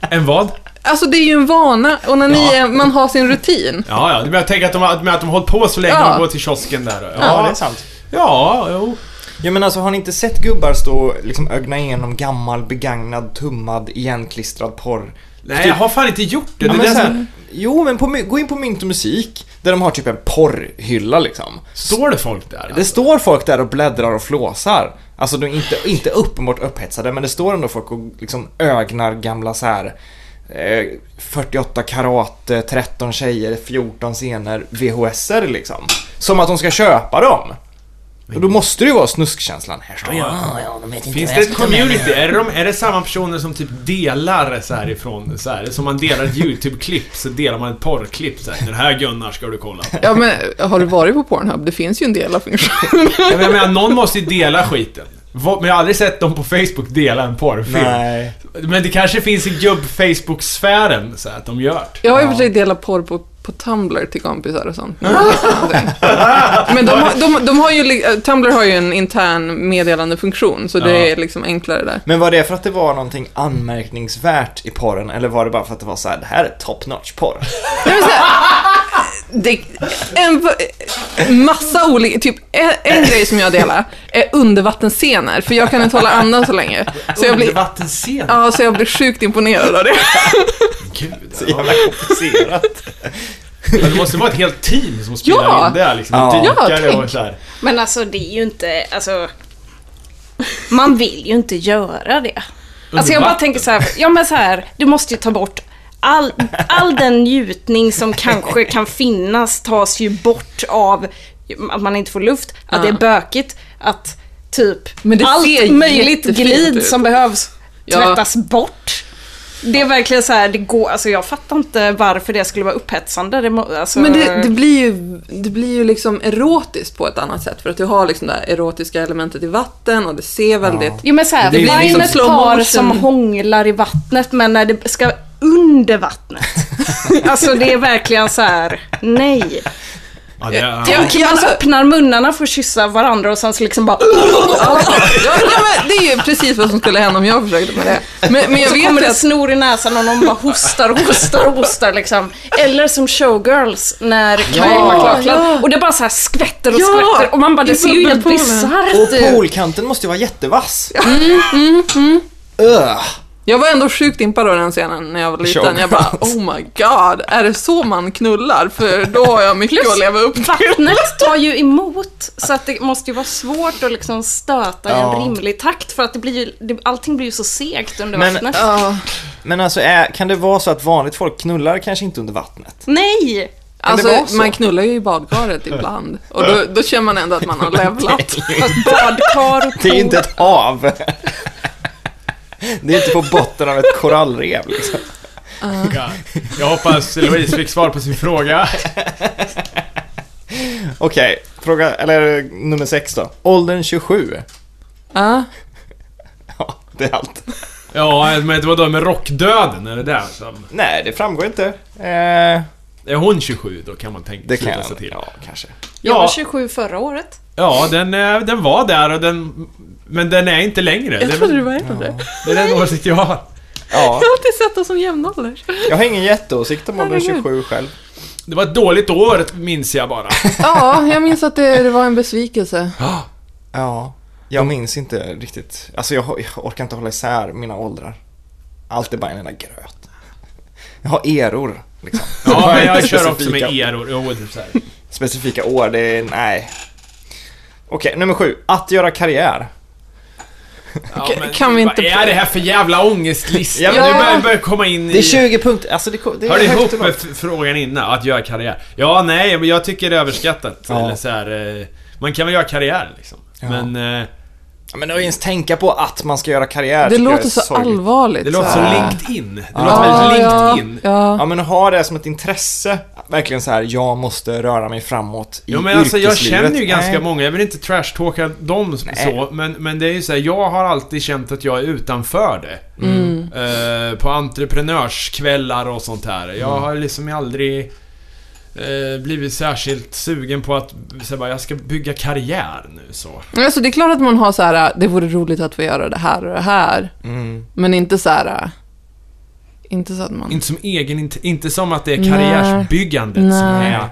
B: En vad?
C: Alltså det är ju en vana, onani, är- man har sin rutin.
B: Ja, ja. Men jag tänker att de, har- att de har hållit på så länge
C: Ja.
B: och går till kiosken där. Ja,
A: Ja, det är sant.
B: Ja, jo.
A: Ja men alltså har ni inte sett gubbar stå och liksom ögna igenom gammal, begagnad, tummad, igenklistrad porr?
B: Nej, jag har fan inte gjort det.
A: Ja,
B: det
A: men
B: är
A: så
B: det som-
A: här, jo men på, my- gå in på Mynt och Musik, där de har typ en porrhylla liksom.
B: Står det folk där?
A: Det står folk där och bläddrar och flåsar. Alltså de är inte, inte uppenbart upphetsade men det står ändå folk och liksom ögnar gamla så här eh, 48 karat, eh, 13 tjejer, 14 scener, VHSer liksom. Som att de ska köpa dem. Och då måste det ju vara snuskkänslan. Här står jag.
B: Finns det ett community? Är det, de, är det samma personer som typ delar så här ifrån så här, Som man delar ett YouTube-klipp så delar man ett porrklipp så här. Den här Gunnar ska du kolla på.
C: Ja men har du varit på Pornhub? Det finns ju en del av funktionen.
B: Ja, men Jag menar, någon måste ju dela skiten. Va- Men jag har aldrig sett dem på Facebook dela en porrfilm.
A: Nej.
B: Men det kanske finns i gubb-Facebook-sfären så här, att de gör det.
C: Jag har i och för sig delat porr på, på Tumblr till kompisar och sånt. Men, det är någonting. men de, har- de, de har ju, li- eh, Tumblr har ju en intern meddelandefunktion, så det
B: Ja.
C: är liksom enklare där.
A: Men var det för att det var någonting anmärkningsvärt i porren eller var det bara för att det var så här, det här är top notch porr?
C: Nej, men så här, det, en massa olika, typ en, en grej som jag delar är undervattensscener, för jag kan inte hålla andan så länge. Så jag blir,
B: Undervattensscen.
C: ja, så jag blir sjukt imponerad av det.
B: Gud.
A: Så
B: Ja.
A: jävla komplicerat.
B: Men Det måste vara ett helt team som spelar
C: Ja.
B: in det här liksom.
A: Ja.
B: Ja.
C: Ja,
B: Dykare
C: tänk.
B: och så här.
E: Men alltså det är ju inte, alltså... Man vill ju inte göra det. Alltså jag bara
B: vatten.
E: tänker så här, ja men så här, du måste ju ta bort all, all den njutning som kanske kan finnas tas ju bort av att man inte får luft, att det är bökigt, att typ
C: Men det ser
E: allt möjligt
C: jättefint
E: glid
C: ut.
E: som behövs
C: Ja.
E: tvättas bort. Det är verkligen så här, det går, alltså jag fattar inte varför det skulle vara upphetsande. Det må, alltså,
C: Men det, det, blir ju, det blir ju liksom erotiskt på ett annat sätt, för att du har liksom det här erotiska elementet i vatten och det ser väldigt...
E: Jo men såhär,
C: Det blir
E: var
C: liksom
E: ju ett
C: slow
E: par
C: motion.
E: som hånglar i vattnet men när det ska under vattnet. alltså det är verkligen så här: nej.
B: Ja, det, ja.
E: Tänk man
C: alltså-
E: öppnar munnarna för att kyssa varandra och sen så liksom bara...
C: Ja, ja, men det är ju precis vad som skulle hända om jag försökte med det. Men, men jag
E: så kommer
C: vet
E: det
C: att...
E: snor i näsan och någon bara hostar och hostar och hostar liksom. Eller som showgirls när Kaja
A: Ja,
E: McLachlan
C: ja.
E: och det bara så här skvätter och
C: Ja,
E: skvätter och man bara det
C: i
E: ser ju helt
C: bubbelpoolen.
A: Och
E: bisarrt ut.
A: poolkanten måste ju vara jättevass. Mm,
C: Jag var ändå sjukt impad av den scenen när jag var liten. Jag bara,
A: Showgirls.
C: oh my god, är det så man knullar? För då har jag mycket att leva upp till.
E: Vattnet tar ju emot så att det måste ju vara svårt att liksom stöta i
A: Ja.
E: en rimlig takt för att det blir ju, det, allting blir ju så segt under
A: Men-
E: vattnet.
C: Ja.
A: Men alltså är, kan det vara så att vanligt folk knullar kanske inte under vattnet?
E: Nej!
A: vara så?
C: Alltså, man knullar ju i badkaret ibland. Och då, då känner man ändå att man har levlat.
E: Fast badkar och
A: Det är ju inte
E: pool.
A: ett hav. Oh. Det är inte på botten av ett korallrev liksom.
B: Ja. Jag hoppas Louise fick svar på sin fråga.
A: Okej, fråga, eller nummer sex då. Åldern 27.
C: Ja.
A: Ja, det är allt.
B: Ja, men det var då med rockdöden, är det där som...
A: Nej, det framgår inte. Eh,
B: Är hon 27 då kan man tänka
A: det kan
B: sluta
A: jag.
B: sig till. Ja,
A: Ja, kanske.
E: Jag var
B: ja,
E: 27 förra året.
B: den, eh, den var där och den... Men den är inte längre.
C: Jag
B: det,
C: trodde du var äldre.
B: det är den åsikt jag har.
A: Ja,
C: Jag har alltid sett oss som jämnålders.
A: jag har ingen jätteåsikt om åldern 27 själv.
B: Det var ett dåligt år, minns jag bara.
C: Ja, jag minns att det, det var en besvikelse.
A: Ja, jag minns inte riktigt. Alltså jag, jag orkar inte hålla isär mina åldrar. Allt är bara en enda gröt. Jag har eror, liksom.
B: Ja, men jag
A: Inte
B: kör också med
A: specifika-
B: eror. Jo, typ så här.
A: Specifika år, det är, nej. Okej, nummer sju. Att göra karriär.
B: Ja,
C: Ka- kan vi inte
B: Vad är det här för jävla ångestlista?
A: Ja,
B: ja,
A: men-
B: Nu börjar börjar komma in i...
A: Det är 20 punkter, alltså det, det
B: Hör
A: är
B: det ihop
A: högt och
B: med
A: lågt.
B: f- frågan innan, att göra karriär? Ja, nej, men jag tycker det är överskattat.
A: Ja.
B: Eller så här, eh, man kan väl göra karriär liksom. Men eh,
A: Ja, Men att ens tänka på att man ska göra karriär
C: Det
A: tycker jag
C: låter
A: är
C: så
A: sorgligt.
C: allvarligt.
B: det låter
C: så
B: som
C: här.
B: LinkedIn. Det låter väldigt
C: ja,
B: LinkedIn. Ja.
C: Ja.
A: Ja men att ha det som ett intresse, verkligen så här, jag måste röra mig framåt i
B: Jo, men alltså, jag
A: yrkeslivet.
B: känner ju ganska
A: Nej.
B: många, jag vill inte trashtalka dem så, men, men det är ju så här, jag har alltid känt att jag är utanför det.
C: Mm.
B: Eh, på entreprenörskvällar och sånt här. Jag
A: Mm.
B: har liksom aldrig eh, blivit särskilt sugen på att, så här, bara, jag ska bygga karriär nu så.
C: Men Alltså, det är klart att man har så "Ah, här, det vore roligt att få göra det här och det här. Men inte så här, "Ah, Inte så att man...
B: Inte som egen, inte, inte som att det är
C: Nej.
B: karriärsbyggandet som
C: Nej.
B: är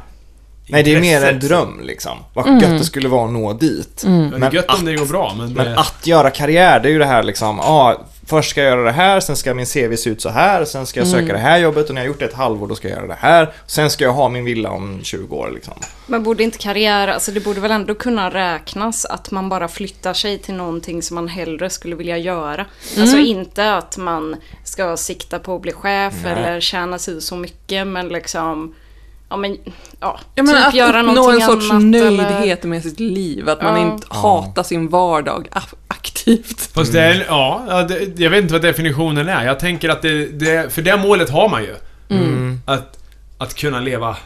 A: Nej, det är mer en
B: intresset.
A: dröm liksom. Vad gött det skulle vara att nå dit.
B: Ja, det är
A: Men
B: gött
A: att
B: om det går bra, men,
A: Men
B: det,
A: att göra karriär, det är ju det här liksom, ah, först ska jag göra det här, sen ska min CV se ut så här, sen ska jag söka det här jobbet och när jag gjort det ett halvår då ska jag göra det här. Sen ska jag ha min villa om 20 år liksom.
E: Men borde inte karriär, alltså det borde väl ändå kunna räknas att man bara flyttar sig till någonting som man hellre skulle vilja göra.
C: Mm.
E: Alltså inte att man ska sikta på att bli chef eller tjäna sig så mycket men liksom Ja men, ja,
C: Jag menar,
E: typ
C: att
E: göra
C: uppnå en
E: någonting
C: sorts
E: annat
C: nöjdhet med sitt liv, att man
E: Ja.
C: inte hatar sin vardag a- aktivt.
B: Fast det är, ja, ja, det, jag vet inte vad definitionen är. Jag tänker att det, det för det målet har man ju.
A: Mm.
B: Att, att kunna leva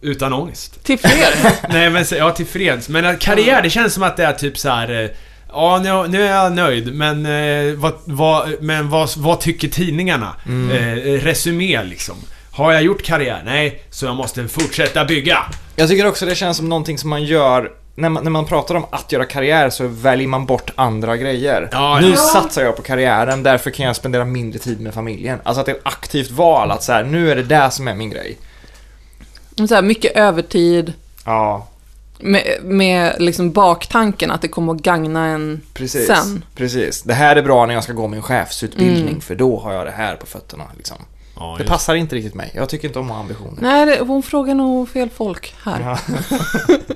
B: utan ångest.
C: Till fler.
B: Nej men, så- ja till freds. Men att
A: Mm.
B: karriär, det känns som att det är typ så här. eh, Ja, nu, nu är jag nöjd, men, eh, vad, vad, men vad, vad tycker tidningarna? Eh, resumé liksom. Har jag gjort karriär? Nej, så jag måste fortsätta bygga.
A: Jag tycker också det känns som någonting som man gör när man, när man pratar om att göra karriär så väljer man bort andra grejer.
B: Ja,
A: nu
B: ja.
A: satsar jag på karriären, därför kan jag spendera mindre tid med familjen. Alltså att det är ett aktivt val att så här, nu är det där som är min grej.
C: så här, mycket övertid,
A: Ja,
C: med, med liksom baktanken att det kommer att gagna en
A: Precis.
C: sen. Mm.
A: Precis. Det här är bra när jag ska gå min chefsutbildning för då har jag det här på fötterna. Liksom.
B: Ja,
A: det
B: just-
A: passar inte riktigt mig. Jag tycker inte om att ha ambitioner.
C: Nej, det, hon frågar nog fel folk här.
A: Ja.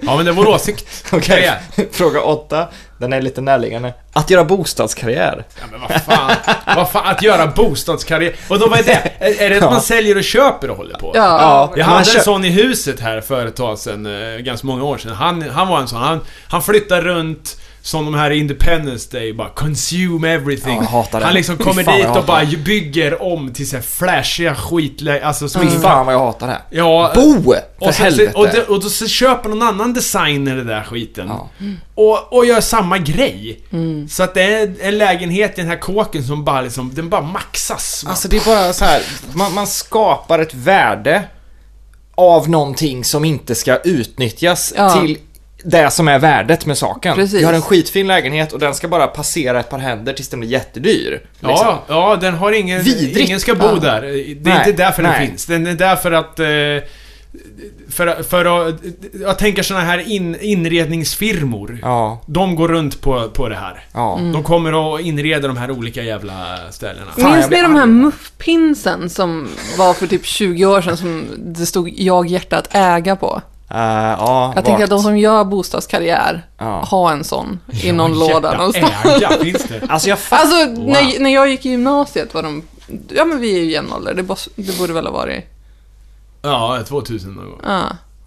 B: ja men det är vår åsikt.
A: Okej,
B: Karriär.
A: fråga åtta. Den är lite närliggande. Att göra bostadskarriär.
B: Ja, men vad fan, vad fan, att göra bostadskarriär. Och då vad är det? Är, är det att
A: Ja.
B: man säljer och köper och håller på?
C: Ja.
B: Jag
A: man
B: hade
A: kö-
B: en sån i huset här för ett tag sedan, eh, ganska många år sedan. Han, han var en sån. Han, han flyttade runt som de här i Independence Day, bara consume everything.
A: Ja, jag hatar det.
B: han liksom
A: Fy
B: kommer
A: fan,
B: dit
A: jag
B: och bara
A: hatar
B: bygger om till så här flashiga skitlä... Alltså som
A: Fy fan vad jag hatar det. här.
B: Ja,
A: Bo! För
B: och, sen,
A: helvete.
B: och, det, och då så köper någon annan designer den där skiten.
A: Ja.
B: Och, och gör samma grej. Så att det är en lägenhet i den här kåken som bara liksom, den bara maxas.
A: Alltså det är bara så här. Man, man skapar ett värde av någonting som inte ska utnyttjas
C: Ja.
A: till det som är värdet med saken.
C: Precis.
A: Jag har en skitfin lägenhet och den ska bara passera ett par händer tills den blir jättedyr. liksom.
B: Ja, ja, den har ingen...
A: Vidrigt.
B: Ingen ska bo
A: Ja.
B: där. Det är
A: Nej,
B: inte därför
A: nej.
B: den finns. Den är därför att... eh, För, för att... Jag tänker såna här in, inredningsfirmor.
A: Ja,
B: De går runt på, på det här.
A: ja.
C: Mm.
B: De kommer och inreder de här olika jävla ställena.
A: Fan, jag
C: Minns ni
A: blir
C: de här
A: arg.
C: muffpinsen som var för typ 20 år sedan som det stod jag hjärta att äga på?
A: Eh, ja,
C: Jag tänker att de som gör bostadskarriär
A: Ja.
C: har en sån i någon låda
B: Jävla
C: någonstans.
B: Äga, finns det?
A: Alltså jag fattar.
C: Alltså när, när jag gick i gymnasiet var de, ja men vi är ju jämnåldrar, det, bos- det borde väl ha varit,
B: Ja, 2000 någon gång.
C: ja.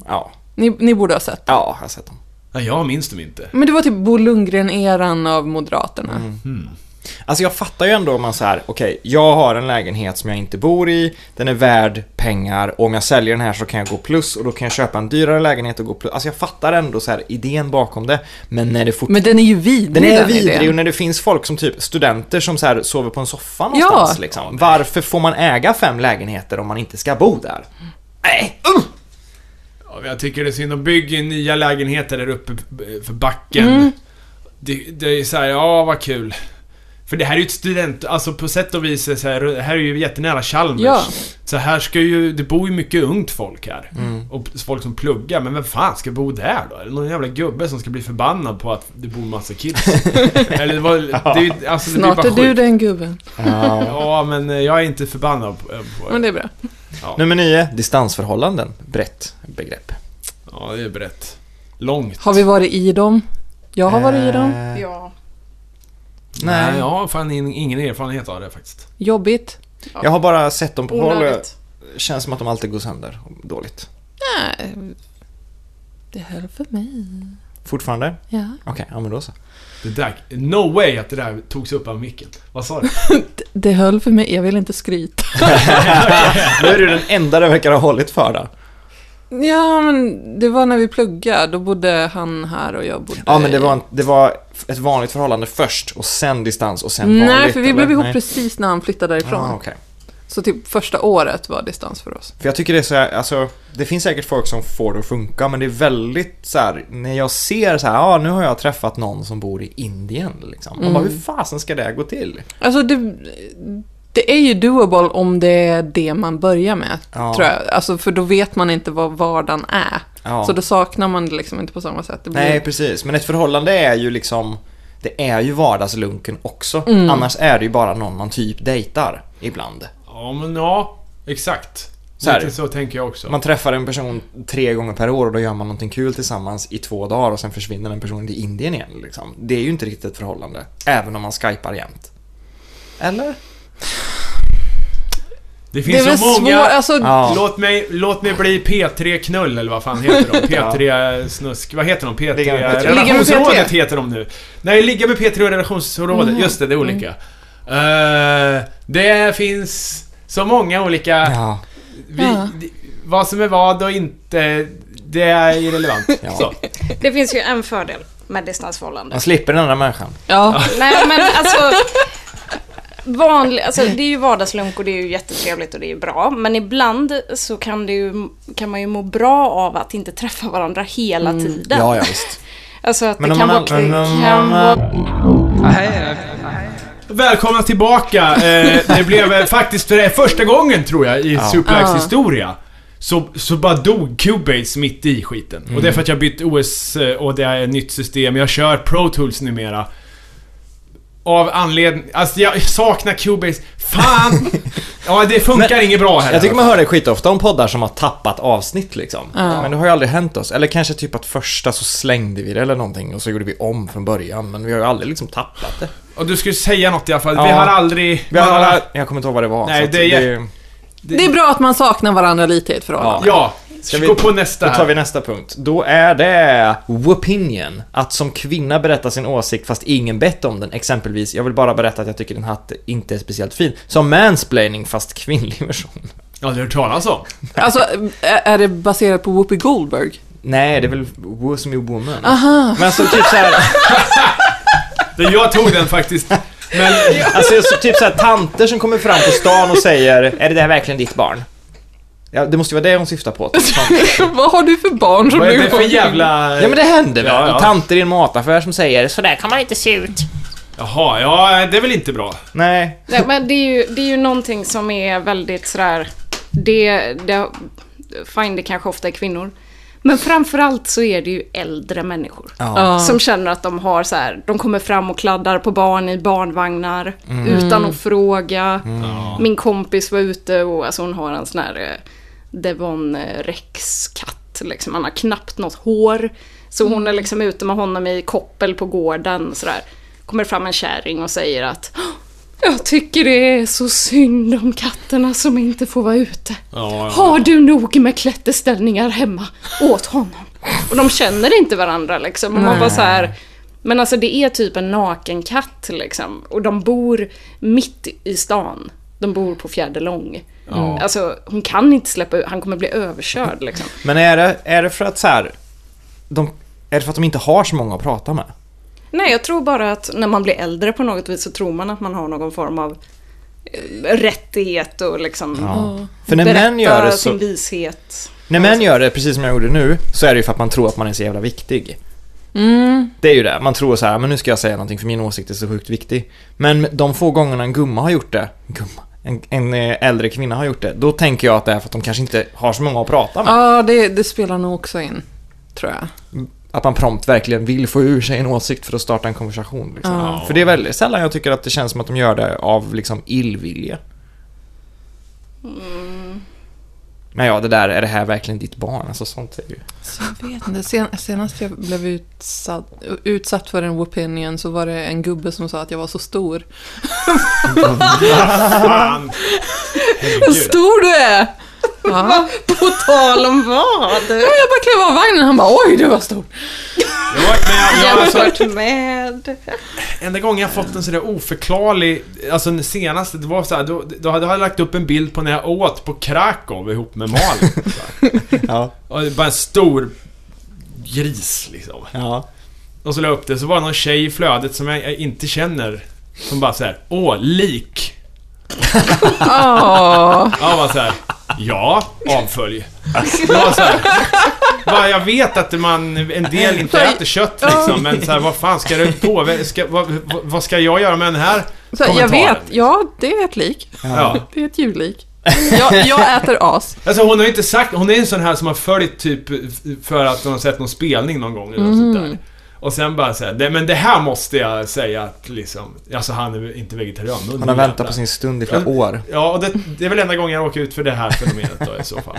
A: Ja,
C: Ni, ni borde ha sett.
A: ja, jag har sett dem.
B: Ja, jag minns dem inte.
C: Men det var typ Bo Lundgren-eran av Moderaterna.
A: Mm. Alltså jag fattar ju ändå om man så här, okej, jag har en lägenhet som jag inte bor i, den är värd pengar och om jag säljer den här så kan jag gå plus och då kan jag köpa en dyrare lägenhet och gå plus. Alltså jag fattar ändå så här idén bakom det, men när det fortfarande
C: Men den är ju vidrig
A: Den är
C: den
A: vidrig och
C: idén.
A: när det finns folk som typ studenter som så här sover på en soffa någonstans
C: Ja.
A: liksom. Varför får man äga fem lägenheter om man inte ska bo där? Nej! Uh!
B: Ja, men jag tycker det är synd. De bygger nya lägenheter där uppe eh, för backen.
C: Mm.
B: Det, det är så här, ja vad kul. För det här är ju ett student... Alltså på sätt och vis, är så här, det här är ju jättenära Chalmers.
C: Ja.
B: Så här ska ju... Det bor ju mycket ungt folk här. Och folk som pluggar. Men vem fan ska bo där då? Är det någon jävla gubbe som ska bli förbannad på att det bor massa kids? Eller det var, det är ju... Alltså, det blir
C: Snart
B: bara
C: är du
B: sjukt.
C: den gubben.
B: Ja, men eh, jag är inte förbannad på, på
C: Men det är bra.
A: Nummer nio, distansförhållanden. Brett begrepp.
B: Ja, det är brett. Långt.
C: Har vi varit i dem? Jag har varit i dem.
A: Eh,
E: Ja.
A: Nej.
B: Nej, jag har fan in- ingen erfarenhet av det faktiskt.
C: Jobbigt.
A: Jag har bara sett dem på håll och
E: Onödigt.
A: känns som att de alltid går sönder dåligt.
C: Nej, det höll för mig.
A: Fortfarande?
C: Ja.
A: Okej, ja men då så.
B: Det där, no way att det där togs upp av micken. Vad sa du?
C: Det höll för mig. Jag vill inte skryta.
A: Nu är du den enda det verkar ha hållit för då.
C: Ja, men det var när vi pluggade. Då bodde han här och jag bodde...
A: Ja men det var, en, det var ett vanligt förhållande först och sen distans och sen vanligt.
C: Nej, för vi
A: eller?
C: blev ihop
A: Nej.
C: precis när han flyttade därifrån.
A: Ah, okej.
C: Så typ första året var distans för oss.
A: För jag tycker det är så här, alltså det finns säkert folk som får det att funka men det är väldigt så här när jag ser så här, ja ah, nu har jag träffat
C: Mm.
A: någon som bor i Indien liksom. Man bara, hur fasen ska det här gå till?
C: Alltså, det, Det är ju doable om det är det man börjar med,
A: Ja.
C: tror jag. Alltså, för då vet man inte vad vardagen är.
A: Ja.
C: Så då saknar man det liksom inte på samma sätt. Det blir...
A: Nej, precis. Men ett förhållande är ju liksom Det är ju vardagslunken också.
C: Mm.
A: Annars är det ju bara någon man typ dejtar ibland.
B: Ja, men ja. Exakt.
A: Så här.
B: Lite så tänker jag också.
A: Man träffar en person tre gånger per år och då gör man någonting kul tillsammans i två dagar och sen försvinner den personen till Indien igen. Liksom. Det är ju inte riktigt ett förhållande. Även om man skypar jämt. Eller?
B: Det
C: Det är
B: finns
C: väl
B: så många...
C: svårt, alltså,
A: Ja.
B: Låt, mig, låt mig bli P3 Knull eller vad fan heter de? P3 Snusk... Vad heter de? P3...
A: Ligga med P3.
B: Relationsrådet
C: P3.
B: heter de nu. Nej, Ligga med P3 och Relationsrådet.
A: Mm.
B: Just det, det är olika. Eh, det finns så många olika...
A: Ja.
B: Vi,
C: Ja.
B: d- Vad som är vad och inte, det är irrelevant.
A: Ja.
B: Så.
E: Det finns ju en fördel med distansförhållande.
A: Man slipper den andra människan.
C: ja.
E: Nej men alltså... Vanlig, alltså det är ju vardagslunk och det är ju jättetrevligt och det är ju bra. Men ibland så kan, det ju, kan man ju må bra av att inte träffa varandra hela tiden.
A: Mm. Ja, ja visst.
E: Alltså att
A: Men
E: det
A: om
E: kan
A: man
E: vara...
A: all-
E: Kan
A: men om man-
E: vara
B: Välkomna tillbaka. Eh, det blev eh, faktiskt för det är första gången tror jag i Superlags historia. Så, så bara dog Cubase mitt i skiten. Och
A: Mm.
B: det är för att jag bytt OS eh, och det är ett nytt system. Jag kör Pro Tools numera. Av anledning... Alltså jag saknar Cubase. Fan! ja, det funkar
A: Men-
B: inget bra här. alltså.
A: Jag tycker man hör det skitofta om poddar som har tappat avsnitt liksom. Men det har ju aldrig hänt oss. Eller kanske typ att första så slängde vi det eller någonting och så gjorde vi om från början. Men vi har ju aldrig liksom tappat det.
B: Och du skulle säga något i alla fall. Vi
A: Ja.
B: har aldrig...
A: Vi har,
B: man har-
A: jag kommer inte ihåg vad det var.
B: Nej,
A: så att
B: det är-
C: Det är bra att man saknar varandra lite i ett förhållande.
B: Ja.
A: Ska
B: Ska
A: vi-
B: vi gå på nästa
A: Då tar
B: här.
A: vi nästa punkt. Då är det opinion. Att som kvinna berätta sin åsikt fast ingen bett om den. Exempelvis, jag vill bara berätta att jag tycker din hatt inte är speciellt fin. Som mansplaining fast kvinnlig version.
B: Ja, det har du hört talas om.
C: Alltså, är är det baserat på Whoopi Goldberg?
A: Nej, det är väl wo som i woman. Aha. Men så typ såhär,
B: Det- Jag tog den faktiskt. Men
A: alltså så typ såhär tanter som kommer fram på stan och säger Är det där verkligen ditt barn? Ja, det måste ju vara det hon syftar på. typ.
C: Vad har du för barn som
B: vad är
C: du
B: det för jävla...
A: Ja men det händer väl?
B: Ja, ja.
A: Tanter i en mataffär som säger sådär kan man inte se ut.
B: Jaha, ja det är väl inte bra.
A: Nej,
E: Nej, men det är, ju, det är ju någonting som är väldigt sådär... Det, det, fine, det kanske ofta är kvinnor. Men framförallt så är det ju äldre människor. Som känner att de har så här, de kommer fram och kladdar på barn i barnvagnar utan att fråga. Min kompis var ute och alltså hon har en sån här eh, Devon eh, Rex-katt. Liksom. Han har knappt något hår. Så
B: Mm.
E: hon är liksom ute med honom i koppel på gården. Så där. Kommer fram en kärring och säger att "Åh, jag tycker det är så synd om katterna som inte får vara ute.
B: Ja, ja.
E: Har du nog med klätterställningar hemma åt honom? Och de känner inte varandra liksom. Och man bara så här, men alltså det är typ en naken katt liksom. Och de bor mitt i stan. De bor på Fjärde Lång. Alltså hon kan inte släppa ut, han kommer bli överkörd liksom.
A: Men är det, är det för att så här, de, är det för att de inte har så många att prata med?
E: Nej, jag tror bara att när man blir äldre på något vis så tror man att man har någon form av eh, rättighet och liksom
A: För när
E: berätta
A: män gör det
E: sin
A: så,
E: vishet.
A: när män gör det precis som jag gjorde nu, så är det ju för att man tror att man är så jävla viktig. Det är ju det, man tror så här, men nu ska jag säga någonting för min åsikt är så sjukt viktig. Men de få gångerna en gumma har gjort det, gumma, en, en eh, äldre kvinna har gjort det, då tänker jag att det är för att de kanske inte har så många att prata med.
C: Ja, det, det spelar nog också in, tror jag.
A: Att man prompt verkligen vill få ur sig en åsikt för att starta en konversation. Liksom. För det är väldigt sällan jag tycker att det känns som att de gör det av liksom illvilja. Men ja, det där, är det här verkligen ditt barn? Alltså sånt är ju...
C: Så jag vet inte. Sen, senast jag blev utsatt, utsatt för en opinion så var det en gubbe som sa att jag var så stor.
B: Fan.
C: Vad stor du är! Ja.
E: På tal om vad?
C: Ja, Jag bara klev av vagnen han bara oj du var stor.
B: Jag har varit med, jag, alltså,
E: Jämfört med...
B: enda gången jag fått en sådär oförklarlig, alltså den senaste, det var såhär, då, då hade jag lagt upp en bild på när jag åt på Krakow ihop med Malin.
A: Ja.
B: Och det var bara en stor gris liksom.
A: Ja.
B: Och så la jag upp det, så var det någon tjej i flödet som jag, jag inte känner. Som bara såhär, åh, lik.
C: Åh.
B: Ja, var så här. Ja, avfölj. Det var så här. Bara, jag vet att man, en del inte äter kött liksom, men så här, vad fan ska det påverka? Ska, vad, vad- vad ska jag göra med den här?
C: Så här, jag
B: Kommentaren.
C: vet, ja det är ett lik.
B: Ja.
C: Det är ett djurlik. Jag, jag äter as.
B: Alltså hon har ju inte sagt, hon är en sån här som har följt typ för att hon har sett någon spelning någon gång eller något sånt
C: Mhm.
B: där. Och sen bara såhär, "Nej, men det här måste jag säga att liksom, alltså han är inte vegetarian. men
A: Han har
B: nu
A: väntat
B: jävlar."
A: på sin stund i flera år.
B: Ja, och det, det är väl enda gången jag råkar ut för det här fenomenet då i så fall.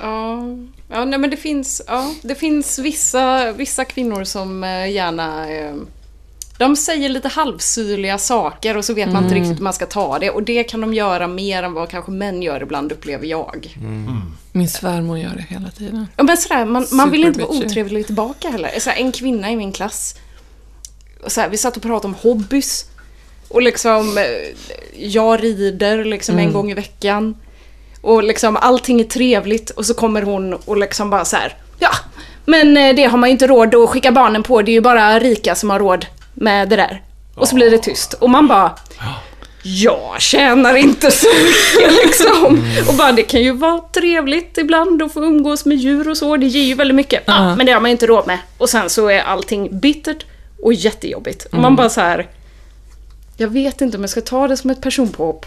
E: Ja, ja nej, men det finns, ja, det finns vissa, vissa kvinnor som eh, gärna... eh, De säger lite halvsyrliga saker och så vet man inte riktigt hur man ska ta det. Och det kan de göra mer än vad kanske män gör ibland, upplever jag.
C: Min svärmor gör det hela tiden.
E: Ja, men sådär, man, man vill inte vara
C: Superbitchy.
E: otrevlig tillbaka heller. Sådär, en kvinna i min klass, och såhär, vi satt och pratade om hobbys. Och liksom, eh, jag rider liksom en gång i veckan. Och liksom allting är trevligt och så kommer hon och liksom bara så här. Ja, men eh, det har man ju inte råd att skicka barnen på. Det är ju bara rika som har råd med det där. Och så blir det tyst. Och man bara... Jag tjänar inte så mycket liksom. Och bara det kan ju vara trevligt ibland att få umgås med djur och så. Det ger ju väldigt mycket. Ja, men det har man inte råd med. Och sen så är allting bittert och jättejobbigt. Och man bara så här... Jag vet inte om jag ska ta det som ett personpåhopp.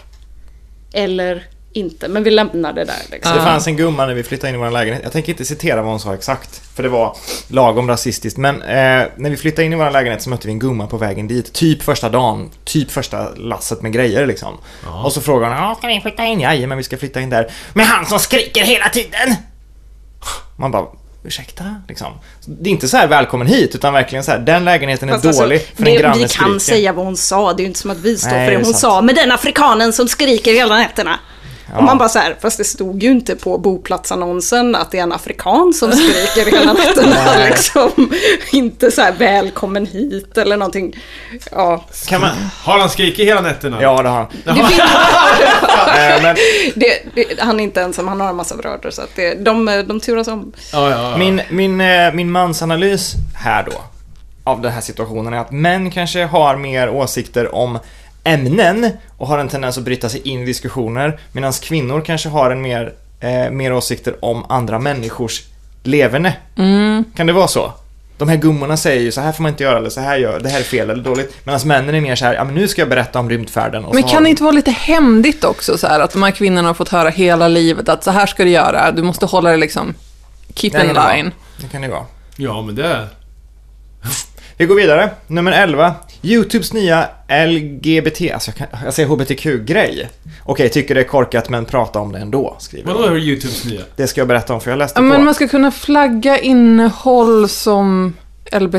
E: Eller inte. Men vi lämnar det där liksom.
A: Det fanns en gumma när vi flyttade in i vår lägenhet. Jag tänker inte citera vad hon sa exakt, för det var lagom rasistiskt. Men eh, när vi flyttade in i vår lägenhet så mötte vi en gumma på vägen dit. Typ första dagen, typ första lasset med grejer liksom. Och så frågade hon, ja ska vi flytta in? Jajamän, vi ska flytta in där. Men han som skriker hela tiden! Man bara, ursäkta? Liksom. Så Det är inte så här välkommen hit, utan verkligen så här, den lägenheten är
E: Fast alltså,
A: dålig för en
E: det,
A: granne
E: vi kan
A: skriker.
E: säga vad hon sa, det är ju inte som att vi står
A: Nej,
E: för
A: det
E: det
A: är
E: hon
A: sant.
E: sa. Men den afrikanen som skriker hela nätterna.
A: Ja.
E: Och man bara så här, fast det stod ju inte på boplatsannonsen att det är en afrikan som skriker hela nätterna. liksom. Inte så här välkommen hit eller någonting. Ja.
A: Kan man?
B: Har han skrikit hela nätterna?
A: Ja, det har han.
E: Det finns,
A: Eh, men,
E: det, det, han är inte ensam, han har en massa bröder. Så att det, de, de turas om.
B: Ja, ja, ja.
A: Min, min, eh, min mans analys här då, av den här situationen, är att män kanske har mer åsikter om ämnen och har en tendens att bryta sig in i diskussioner, medan kvinnor kanske har en mer, eh, mer åsikter om andra människors leverne.
C: Mm.
A: Kan det vara så? De här gummorna säger ju så här får man inte göra eller så här gör, det här är fel eller dåligt. Medan männen är mer så här, ja men nu ska jag berätta om rymdfärden. Och så
C: Men
A: har
C: kan det inte vara lite hämndigt också så här, att de här kvinnorna har fått höra hela livet att så här ska du göra, du måste hålla dig liksom keep
A: Det kan
C: in
A: det vara.
C: line.
A: Det kan det vara.
B: Ja, men det...
A: Vi går vidare. Nummer 11. Youtubes nya LGBT, alltså jag, kan, jag säger HBTQ-grej. Okej, tycker det är korkat men prata om det ändå, skriver
B: Vadå
A: hon.
B: är Youtubes nya?
A: Det ska jag berätta om för jag läste
C: Ja, men
A: på.
C: man ska kunna flagga innehåll som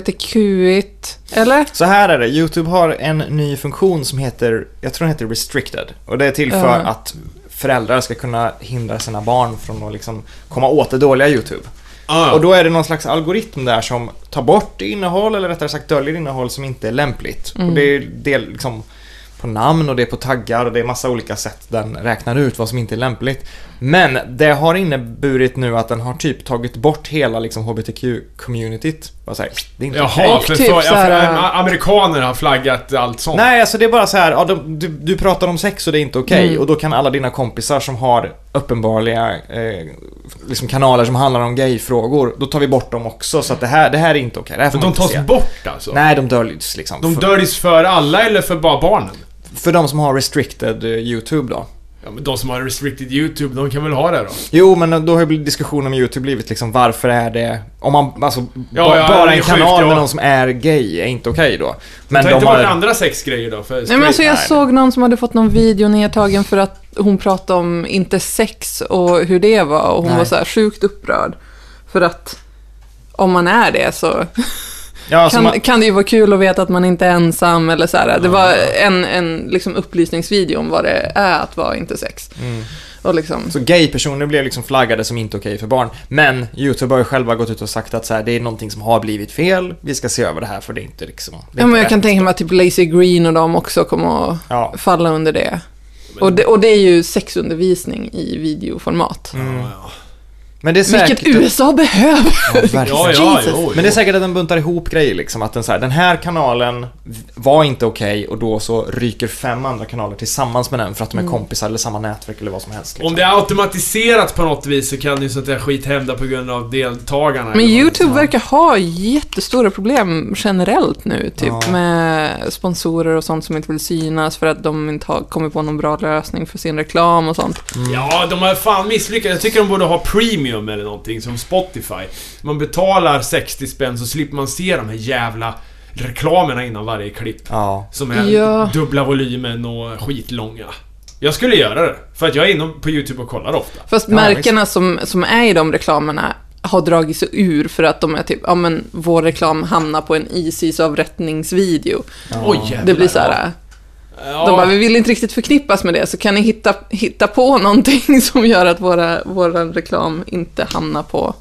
C: LBTQ-igt, eller?
A: Så här är det, Youtube har en ny funktion som heter, jag tror den heter restricted. Och det är till för
C: Ja.
A: att föräldrar ska kunna hindra sina barn från att liksom komma åt det dåliga Youtube.
B: Ah,
A: Och då är det någon slags algoritm där som tar bort innehåll eller rättare sagt döljer innehåll som inte är lämpligt. Och det är, det är liksom på namn och det är på taggar och det är massa olika sätt den räknar ut vad som inte är lämpligt. Men det har inneburit nu att den har typ tagit bort hela liksom HBTQ-communityt. Bara så här, det är inte okej.
B: Jaha,
C: Och
B: för,
C: typ
B: för, ja,
C: så här-
B: för äm, amerikaner har flaggat allt sånt.
A: Nej, alltså det är bara så här, ja, de, du, du pratar om sex och det är inte okej.
B: Mm.
A: Och då kan alla dina kompisar som har uppenbarliga eh, liksom kanaler som handlar om gayfrågor, då tar vi bort dem också. Så att det här, det här är inte okej. Det här får
B: Men
A: man
B: de
A: inte
B: tas
A: se.
B: bort alltså?
A: Nej, de döljs liksom.
B: De
A: för,
B: döljs för alla eller för bara barnen?
A: för de som har restricted eh, YouTube då.
B: Ja, men de som har restricted YouTube, de kan väl ha det då?
A: Jo, men då har ju blivit- diskussionen om YouTube blivit liksom varför är det... Om man, alltså,
B: Ja,
A: ba-
B: ja,
A: bara
B: det är
A: en
B: sjukt,
A: kanal med
B: ja.
A: någon som är gay är inte okej då. Men
B: Ta
A: de
B: inte bort
A: har...
B: andra sexgrejer då? För
C: Nej, men alltså jag
A: Straight
C: såg någon som hade fått någon video nedtagen för att hon pratade om inte sex och hur det var och hon
A: Nej.
C: var så här sjukt upprörd. För att om man är det så
A: Ja, alltså,
C: kan,
A: man,
C: kan det ju vara kul att veta att man inte är ensam eller så här. Det var en, en liksom upplysningsvideo om vad det är att vara inte sex.
A: Mm.
C: Och liksom,
A: så gay-personer blev liksom flaggade som inte okej för barn. Men YouTube har ju själva gått ut och sagt att så här, det är någonting som har blivit fel. Vi ska se över det här för det är inte liksom... Det är
C: ja,
A: inte
C: men jag
A: rätt.
C: kan tänka mig att typ Lazy Green och de också kommer att
A: Ja.
C: falla under det. Och det, och det är ju sexundervisning i videoformat.
B: Ja, ja.
A: Men det är Mm. säkert...
C: Vilket USA behöver!
B: Ja, ja,
C: Jesus.
B: jo,
A: Men det är säkert att den buntar ihop grejer liksom. Att den så här, den här kanalen var inte okej och då så ryker fem andra kanaler tillsammans med den för att de
C: Mm.
A: är kompisar eller samma nätverk eller vad som helst. Liksom.
B: Om det är automatiserat på något vis så kan ju sånt där skit hända på grund av deltagarna.
C: Men
B: Eller vad
C: YouTube
B: det är.
C: verkar ha jättestora problem generellt nu, typ
A: Ja.
C: med sponsorer och sånt som inte vill synas för att de inte har kommit på någon bra lösning för sin reklam och sånt.
B: Ja, de har fan misslyckats. Jag tycker de borde ha premium eller någonting som Spotify. Man betalar 60 spänn så slipper man se de här jävla reklamerna innan varje klipp.
A: Ja.
B: Som är
C: Ja.
B: dubbla volymen och skitlånga. Jag skulle göra det. För att jag är inne på YouTube och kollar ofta.
C: Fast märkena som, som är i de reklamerna har dragit sig ur för att de är typ, ja men vår reklam hamnar på en ISIS-avrättningsvideo.
B: Oj jävlar.
C: Det blir så här,
B: Ja.
C: de bara, vi vill inte riktigt förknippas med det, så kan ni hitta, hitta på någonting som gör att våra, vår reklam inte hamnar på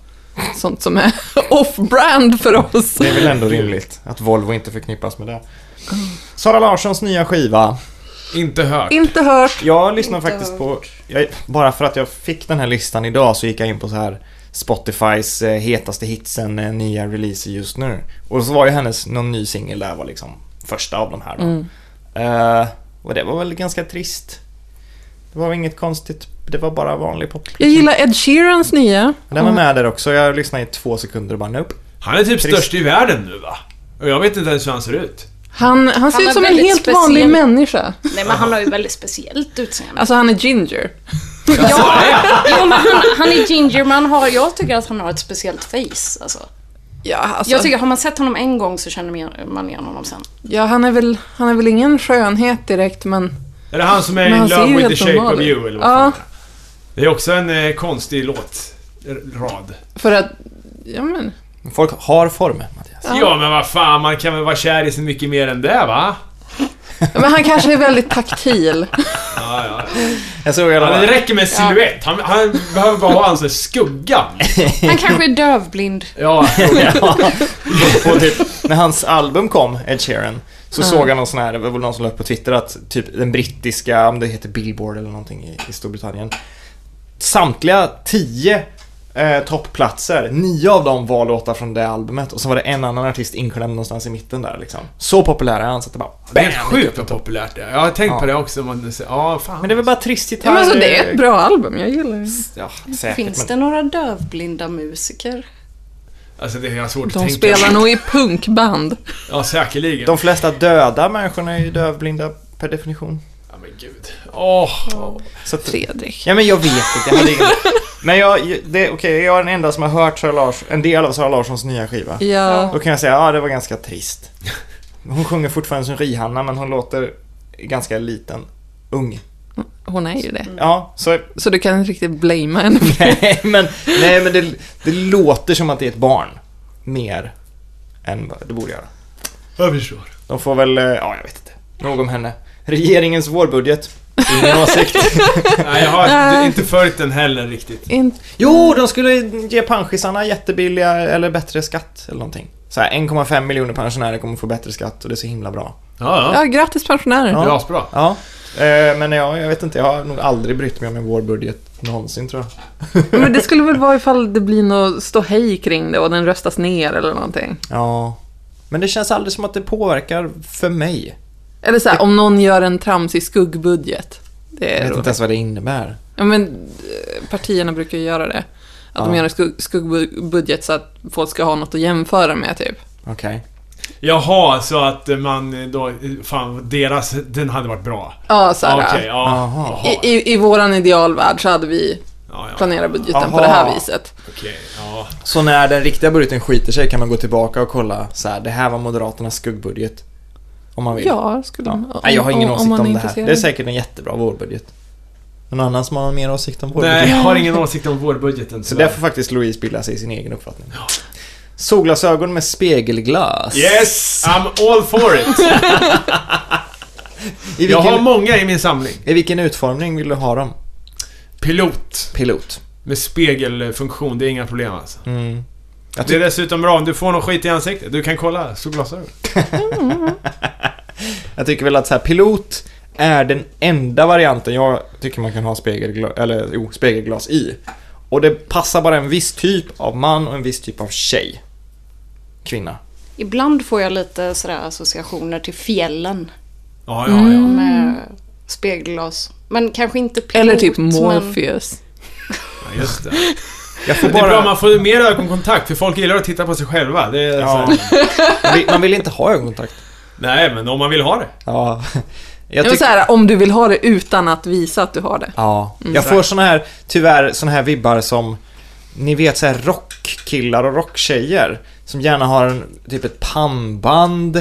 C: sånt som är off-brand för oss.
A: Det är väl ändå rimligt att Volvo inte förknippas med det.
C: Mm.
A: Sara Larssons nya skiva.
B: Inte hört.
C: Inte hört.
A: Jag lyssnar
E: Inte
A: faktiskt på... Jag, bara för att jag fick den här listan idag så gick jag in på så här Spotifys eh, hetaste hitsen, eh, nya releaser just nu. Och så var ju hennes någon ny singel där var liksom första av de här. Då. Eh, och det var väl ganska trist. Det var inget konstigt, det var bara vanlig pop.
C: Jag gillar Ed Sheerans nya.
A: Den var med där också, jag lyssnade i två sekunder och bara nope.
B: Han är typ
A: Trist.
B: störst i världen nu va? Och jag vet inte ens hur han ser ut.
C: Han, han ser
E: Han
C: ut
E: är
C: som en
E: väldigt
C: helt vanlig
E: speciell.
C: människa.
E: Nej men han har ju väldigt speciellt utseende.
C: Alltså han är ginger.
E: Ja, jo, men han, han är ginger men han har, jag tycker att han har ett speciellt face. Alltså.
C: Ja, alltså,
E: Jag tycker, har man sett honom en gång så känner man- man igen honom sen.
C: ja han, är väl, han är väl ingen skönhet direkt, men
B: Är det han som är
C: Men han
B: In
C: ser
B: Love
C: ju
B: With The
C: helt
B: Shape
C: normal
B: Of
C: ut.
B: You eller vad fan
C: Ja.
B: det är. Det är också en eh, konstig låt. r- Rad.
C: för att... Ja, men,
A: Folk har form, Mattias.
C: Ja.
B: Ja men vad fan, man kan väl vara kär i så mycket mer än det va?
C: ja, men han kanske är väldigt taktil.
B: Ja, ja.
A: Jag såg i alla
B: Ja,
A: fall-
B: det räcker med silhuett. Han, han behöver bara ha hans skugga.
E: Han kanske är dövblind.
B: Ja,
A: Och typ, när hans album kom, Ed Sheeran, så såg jag någon sån här, det var väl någon som la upp på Twitter att typ den brittiska, om det heter Billboard eller någonting i, i Storbritannien. Samtliga tio eh, toppplatser, nio av dem var låtar från det albumet och så var det en annan artist inklämd någonstans i mitten där liksom. Så populär är han så att det bara
B: det är helt sjukt vad populärt det är. Jag har tänkt
A: Ja.
B: på det också. Man, säger, ja, fan.
A: Men det är väl bara trist gitarr...
C: Ja, men, alltså, det är ett bra album, jag gillar det.
A: Ja, säkert.
E: Finns
A: men...
E: det några dövblinda musiker?
B: Alltså det är svårt att
C: De
B: tänka
C: spelar nog i punkband.
B: Ja, säkerligen.
A: De flesta döda människorna är ju dövblinda per definition.
B: Ja, men gud. Åh.
A: Så att...
C: Fredrik.
A: Ja men jag vet inte, jag hade ingen... Men jag, det, är okej, jag är den enda som har hört Sara Lars, en del av Sara Larssons nya skiva.
C: Ja.
A: Då kan jag säga, ja det var ganska trist. Hon sjunger fortfarande som Rihanna men hon låter ganska liten, ung.
C: Hon är ju det.
A: Ja, så...
C: Så du kan inte riktigt blamea henne för det.
A: Nej men, nej, men det, det låter som att det är ett barn. Mer än vad det borde göra.
B: Jag förstår.
A: De får väl, eh, ja jag vet inte. Nog om henne. Regeringens vårbudget. Ingen åsikt.
B: Nej, jag har inte följt den heller riktigt.
C: Inte-
A: Jo, de skulle ge pensionärerna jättebilliga eller bättre skatt eller någonting. Så här, 1,5 miljoner pensionärer kommer få bättre skatt och det är så himla bra.
B: Ja,
C: Ja, grattis pensionärer.
B: ja. Rasbra.
A: Ja, eh, men jag, jag vet inte, jag har nog aldrig brytt mig om en vårbudget någonsin tror jag.
C: Men det skulle väl vara ifall det blir något ståhej kring det och den röstas ner eller någonting.
A: Ja. Men det känns aldrig som att det påverkar för mig.
C: Eller så här, om någon gör en tramsig skuggbudget. Det
A: Jag
C: är
A: vet
C: roligt.
A: inte ens vad det innebär.
C: Ja, men eh, partierna brukar ju göra det. Att de
A: Ja.
C: gör en skugg- skuggbudget så att folk ska ha något att jämföra med, typ.
A: Okej.
B: Jaha, så att man då... Fan, deras... Den hade varit bra.
C: Ja, så här,
B: Okej, ja.
A: Jaha.
B: Jaha.
C: i, i, I våran idealvärld så hade vi
B: Ja, ja.
C: planerat budgeten
A: Aha.
C: på det här viset.
B: Okej, ja.
A: Så när den riktiga budgeten skiter sig kan man gå tillbaka och kolla så här, det här var Moderaternas skuggbudget. Om man vill.
C: Ja, skulle man...
A: Nej, jag har ingen åsikt om,
C: man är
A: det här.
C: intresserad.
A: Det är säkert en jättebra vårbudget. Någon annan som har någon mer åsikt om vårbudget?
B: Nej, jag har ingen åsikt om vårbudgeten.
A: Så där får faktiskt Louise bilda sig sin egen uppfattning. Solglasögon med spegelglas.
B: Yes! I'm all for it!
A: I
B: Jag
A: vilken,
B: har många i min samling.
A: I vilken utformning vill du ha dem?
B: Pilot.
A: Pilot.
B: Med spegelfunktion, det är inga problem alltså.
A: Mm. Jag
B: Det är
A: tyck-
B: dessutom bra om du får någon skit i ansiktet. Du kan kolla solglasögon.
A: jag tycker väl att så här, pilot är den enda varianten jag tycker man kan ha spegelglas, eller, jo, spegelglas i. Och det passar bara en viss typ av man och en viss typ av tjej. Kvinna.
E: Ibland får jag lite sådär associationer till fjällen
B: Ja, ja, ja.
E: med spegelglas. Men kanske inte pilot.
C: Eller typ
E: men-
C: Morpheus.
B: ja just det.
A: Jag får
B: Det är bra,
A: bara,
B: man får ju mer ögonkontakt för folk gillar att titta på sig själva. Det är
A: Ja.
B: så,
A: Alltså, man, vill, man vill inte ha ögonkontakt.
B: nej, men om man vill ha det.
A: Ja.
C: Jag
A: Jag
C: men
A: tycker-
C: så här, Mm. om du vill ha det utan att visa att du har det.
A: Ja, jag får såna här, tyvärr, såna här vibbar som ni vet så här rockkillar och rocktjejer som gärna har en, typ ett pannband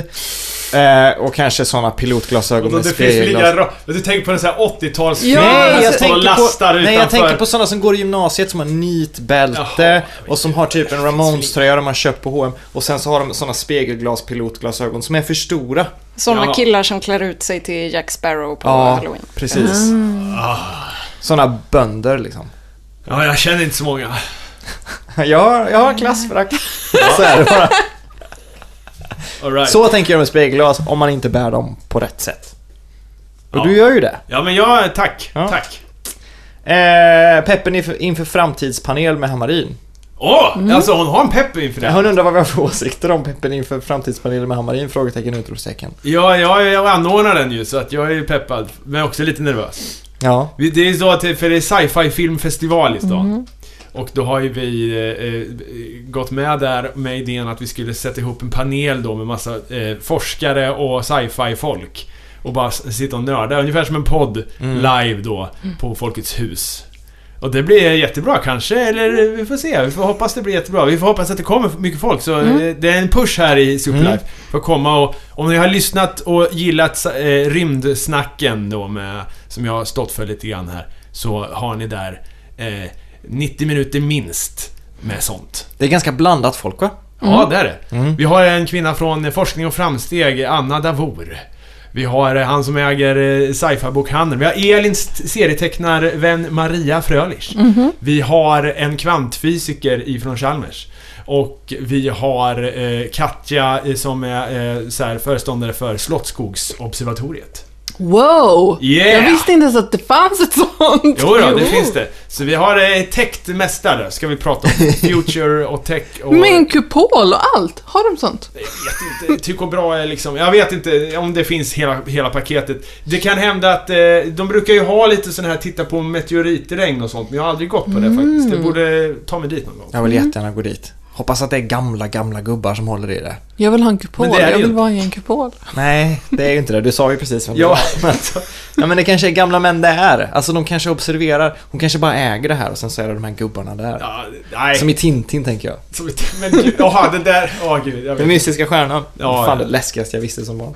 A: eh, och kanske såna pilotglasögon
B: Och
A: med
B: det finns väl inga
A: spegelglas.
B: ro- Du tänker på en sån här 80-tals
C: Ja,
A: Nej, jag
B: som man
A: tänker,
B: lastar
A: på, nej, jag
B: utanför.
A: tänker på såna som går i gymnasiet som har
B: Jaha,
A: nitbälte och som har typ en Ramones-tröja de har köpt på H&M och sen så har de såna spegelglas pilotglasögon som är för stora.
E: Sådana
B: Ja.
E: killar som klär ut sig till Jack Sparrow på Halloween.
A: precis. Ah. Såna bönder liksom.
B: Ja, jag känner inte så många.
A: Jag har, jag har klassförakt. Så är det bara.
B: All right.
A: Så tänker jag med spegelglas om man inte bär dem på rätt sätt. Och
B: Ja.
A: du gör ju det.
B: Ja, men jag... Tack.
A: Ja.
B: Tack.
A: Eh, peppen inför, inför framtidspanel med Hammarin.
B: Åh! Alltså, hon har en pepp inför det.
A: Hon undrar vad vi har för åsikter om Peppen inför framtidspanelen med Hammarin? Frågetecken, utropstecken.
B: Ja, jag, jag anordnar den ju, så att jag är ju peppad. Men också lite nervös.
A: Ja.
B: Vi- Det är så att, för det är sci-fi filmfestival i stan. Och då har ju vi eh, eh, gått med där med idén att vi skulle sätta ihop en panel då med massa eh, forskare och sci-fi folk. Och bara s- sitta och nörda, ungefär som en podd live då på Folkets hus. Och det blir jättebra kanske, eller vi får se. Vi får hoppas det blir jättebra. Vi får hoppas att det kommer mycket folk. Så eh, det är en push här i Superlife. För att komma och... Om ni har lyssnat och gillat eh, rymdsnacken då med... Som jag har stått för lite grann här. Så har ni där eh, 90 minuter minst med sånt.
A: Det är ganska blandat folk va?
B: Ja, det är det. Vi har en kvinna från Forskning och Framsteg, Anna Davor. Vi har eh, han som äger eh, sci-fi-bokhandeln. Vi har Elins t- serietecknarvän Maria Frölich. Vi har en kvantfysiker ifrån Chalmers. Och vi har eh, Katja eh, som är eh, så här, föreståndare för Slottskogsobservatoriet.
C: Wow!
B: Yeah!
C: Jag visste inte ens att det fanns ett sånt.
B: Jo, då, det finns det. Så vi har eh, täckt-mästare, ska vi prata om. Future och tech och...
C: Med en kupol och allt. Har de sånt?
B: vet inte, Tycho Bra är liksom, jag vet inte om det finns hela, hela paketet. Det kan hända att, eh, de brukar ju ha lite sån här titta på meteoritregn och sånt, men jag har aldrig gått på
C: Mm.
B: det faktiskt. Jag borde ta mig dit någon gång.
A: Jag vill jättegärna gå dit. Hoppas att det är gamla, gamla gubbar som håller i det.
C: Jag vill ha en kupol.
B: Men det är det
C: Jag
B: ju
C: vill
B: inte.
C: vara i en kupol.
A: Nej, det är ju inte det. Du sa ju precis vem det
B: Ja.
A: var. Men, ja, men det kanske är gamla män det är. Alltså de kanske observerar. Hon kanske bara äger det här och sen så är det de här gubbarna där.
B: Ja, nej.
A: Som i Tintin tänker jag.
B: Som ett- men gud, jaha, det där, åh gud. Jag
A: Den
B: vet.
A: mystiska stjärnan.
B: Ja,
A: Fan
B: ja.
A: det läskigaste jag visste som barn.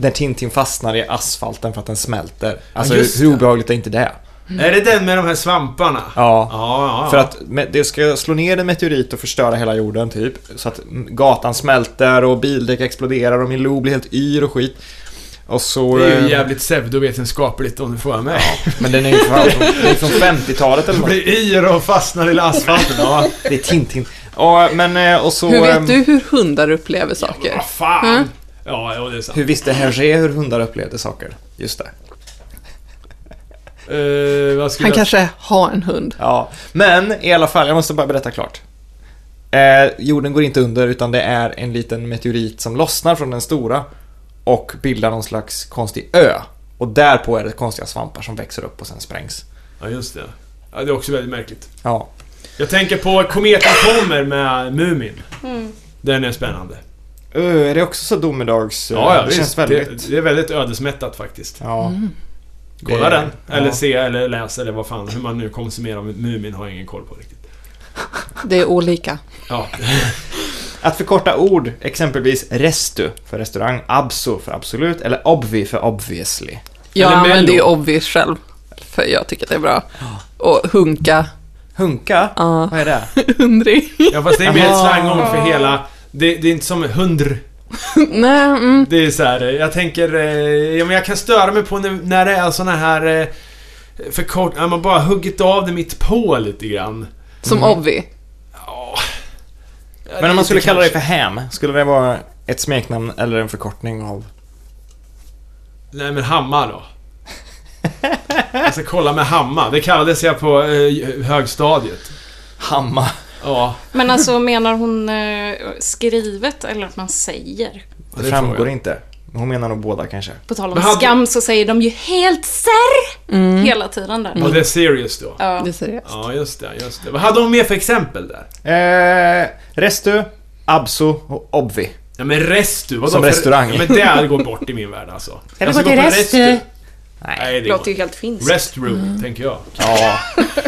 A: När Tintin fastnar i asfalten för att den smälter. Alltså
B: Ja, just
A: hur, hur obehagligt är inte det?
B: Är det den med de här svamparna?
A: Ja.
B: Ja, ja.
A: För att me- det ska slå ner en meteorit och förstöra hela jorden typ. Så att mm, gatan smälter och bildäck exploderar och min lo blir helt yr och skit. Och så...
B: Det är ju
A: eh,
B: jävligt pseudovetenskapligt om du frågar mig.
A: Men den är ju fan från, den är från 50-talet eller
B: Jag
A: nåt.
B: blir yr och fastnar i asfalten. Ja,
A: Det är Tintin. Ja, men eh, och så...
C: Hur
A: ehm,
C: vet du hur hundar upplever saker?
B: vad fan. Ja, ja, det är sant.
A: Hur visste Hergé hur hundar upplevde saker? Just det.
B: Eh, vad skulle
C: Han
B: jag-
C: kanske har en hund.
A: Ja, men i alla fall, jag måste bara berätta klart. Eh, jorden går inte under utan det är en liten meteorit som lossnar från den stora och bildar någon slags konstig ö. Och därpå är det konstiga svampar som växer upp och sen sprängs.
B: Ja, just det. Ja, det är också väldigt märkligt.
A: Ja,
B: Jag tänker på Kometen kommer med Mumin. Den är spännande.
A: Ö, är det också så domedags... eh, det känns väldigt...
B: Det, det är väldigt ödesmättat faktiskt.
A: Ja.
C: Mm.
B: Kolla
A: Det-
B: den. Eller
A: ja.
B: se eller läs eller vad fan. Hur man nu konsumerar Mumin har jag ingen koll på riktigt.
C: Det är olika.
B: Ja.
A: Att förkorta ord, exempelvis restu för restaurang, abso för absolut eller obvi för obviously.
C: Jag
B: Eller
C: använder ju
B: Mello.
C: obvious själv, för jag tycker att det är bra. Och hunka,
A: Hunka,
C: Ja.
A: vad är det?
C: hundring.
B: ja, fast det är mer ett
A: Jaha.
B: slangord för hela... Det, det är inte som hundr.
C: Nej, mm.
B: Det är så här, eh, jag tänker... eh, Ja, men jag kan störa mig på när, när det är såna här... eh, Förkort... Ja, man bara huggit av det mitt på lite grann.
C: Som obvi.
B: Ja.
A: Men om man
B: lite
A: skulle kalla det
B: kanske.
A: för ham, skulle det vara ett smeknamn eller en förkortning av
B: Nej, men hammar då. Alltså kolla med Hamma. Det kallades jag på eh, högstadiet.
A: Hamma.
B: Ja,
E: Men alltså menar hon eh, skrivet eller att man säger?
A: Det,
B: tror
A: framgår
B: jag.
A: inte. Hon menar nog båda kanske.
E: På tal om
B: Men hade-
E: skam så säger de ju helt serr
A: Mm.
E: hela tiden där.
B: Och det är serious då.
E: Ja.
C: Det är seriöst.
B: Ja, just det, just det. Vad hade hon mer för exempel där?
A: Eh, restu, Abso och Obvi.
B: Ja, men restu. Vadå
A: Som
B: för-
A: restaurang.
B: Ja, men det går bort i min värld alltså. Ska
E: vi gå till restu?
B: Nej, det
E: Det
B: går
E: låter
A: Mm.
E: ju
B: inte.
E: Mm. helt finskt.
B: Restroom, tänker jag.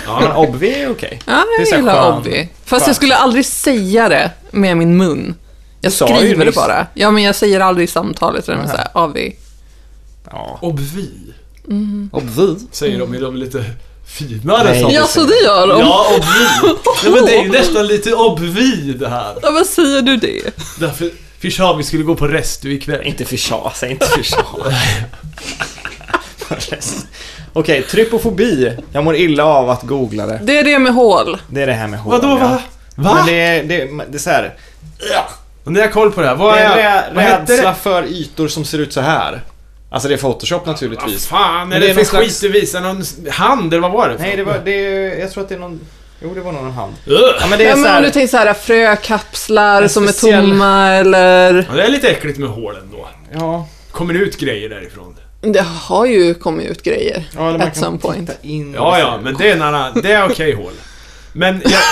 A: Ja, men Obvi är okej.
C: Ja,
A: Det är så här
C: jag gillar
A: skön-
C: Obvi. Fast
A: skön.
C: jag skulle aldrig säga det med min mun. Jag
A: sa ju
C: skriver det
A: nyss.
C: bara. Ja, men jag säger aldrig i samtalet utan jag säger Avi.
A: Ja.
B: Obvi,
A: Obvi?
B: säger de i de lite finare
A: Nej.
B: sakerna.
C: Ja, så det gör de. Ja.
B: Ja, obvi. Nej, men det är ju nästan lite obvi det här.
C: vad säger du det?
B: Därför, Fischer, vi skulle gå på restu ikväll.
A: Inte försa, säg inte försa. Okej, trypofobi. Jag mår illa av att googla det.
C: Det är det med hål.
A: Det är det här med hål.
B: Vadå,
A: ja.
B: va? Va?
A: Men det är, det, är- det är så här.
B: Ni har koll på det här.
A: Det
B: Vad är,
A: är
B: vad
A: rä-
B: hette
A: rädsla
B: det?
A: för ytor som ser ut så här. Alltså det är Photoshop
B: Vad
A: naturligtvis.
B: fan är
A: Men det
B: det,
A: är
B: för
A: någon slags-
B: skit du visar? Någon hand, eller vad var det? för?
A: Nej, det var, det är, jag tror att det är någon... Jo, det var nog någon hand.
B: Ugh.
A: Ja, men det är
C: Ja,
A: så
C: men om du
A: här,
C: tänker så här frökapslar
A: En
C: som är
A: speciell-
C: tomma eller...
B: Ja, det är lite äckligt med hålen då.
A: ja,
B: Kommer det ut grejer därifrån?
C: Det har ju kommit ut grejer.
A: ja, eller man
C: At
A: kan
C: some
A: titta
C: point.
A: in.
B: Ja, ja, men det är en annan... Det är okej hål. Men jag...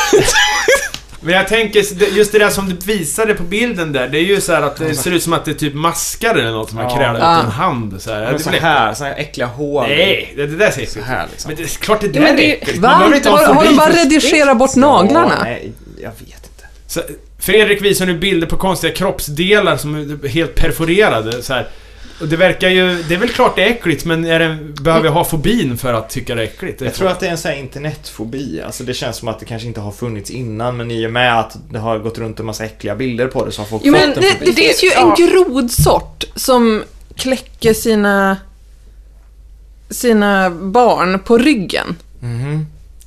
B: Men jag tänker, s- det- just det där som du visade på bilden där, det är ju så här att det ser ut som att det är typ maskar eller något som man
A: Ja.
B: krälar ut
C: Ah.
B: en hand så här.
A: Men så
B: Det blir-
A: här, så här äckliga hål.
B: Nej, det, det där ser
A: Så
B: äckligt
A: här
B: ut.
A: liksom.
B: Men det är klart det där
E: men
B: är
E: det-
B: äckligt.
C: Va?
B: Man behöver inte ha
C: Har,
B: en
C: har
B: fobi
C: de bara
B: för-
C: redigerat bort
A: Ja,
C: naglarna?
A: nej, jag vet inte.
B: Så, Fredrik visar nu bilder på konstiga kroppsdelar som är helt perforerade så här. Och det verkar ju... Det är väl klart det är äckligt, men är det, behöver jag ha fobin för att tycka det är äckligt? Det är
A: Jag tror att det är en sån här internetfobi. Alltså det känns som att det kanske inte har funnits innan men i och med att det har gått runt en massa äckliga bilder på det så har folk
C: Jo, men
A: fått en
C: det,
A: fobi.
C: det finns ju en grodsort som kläcker sina, sina barn på ryggen.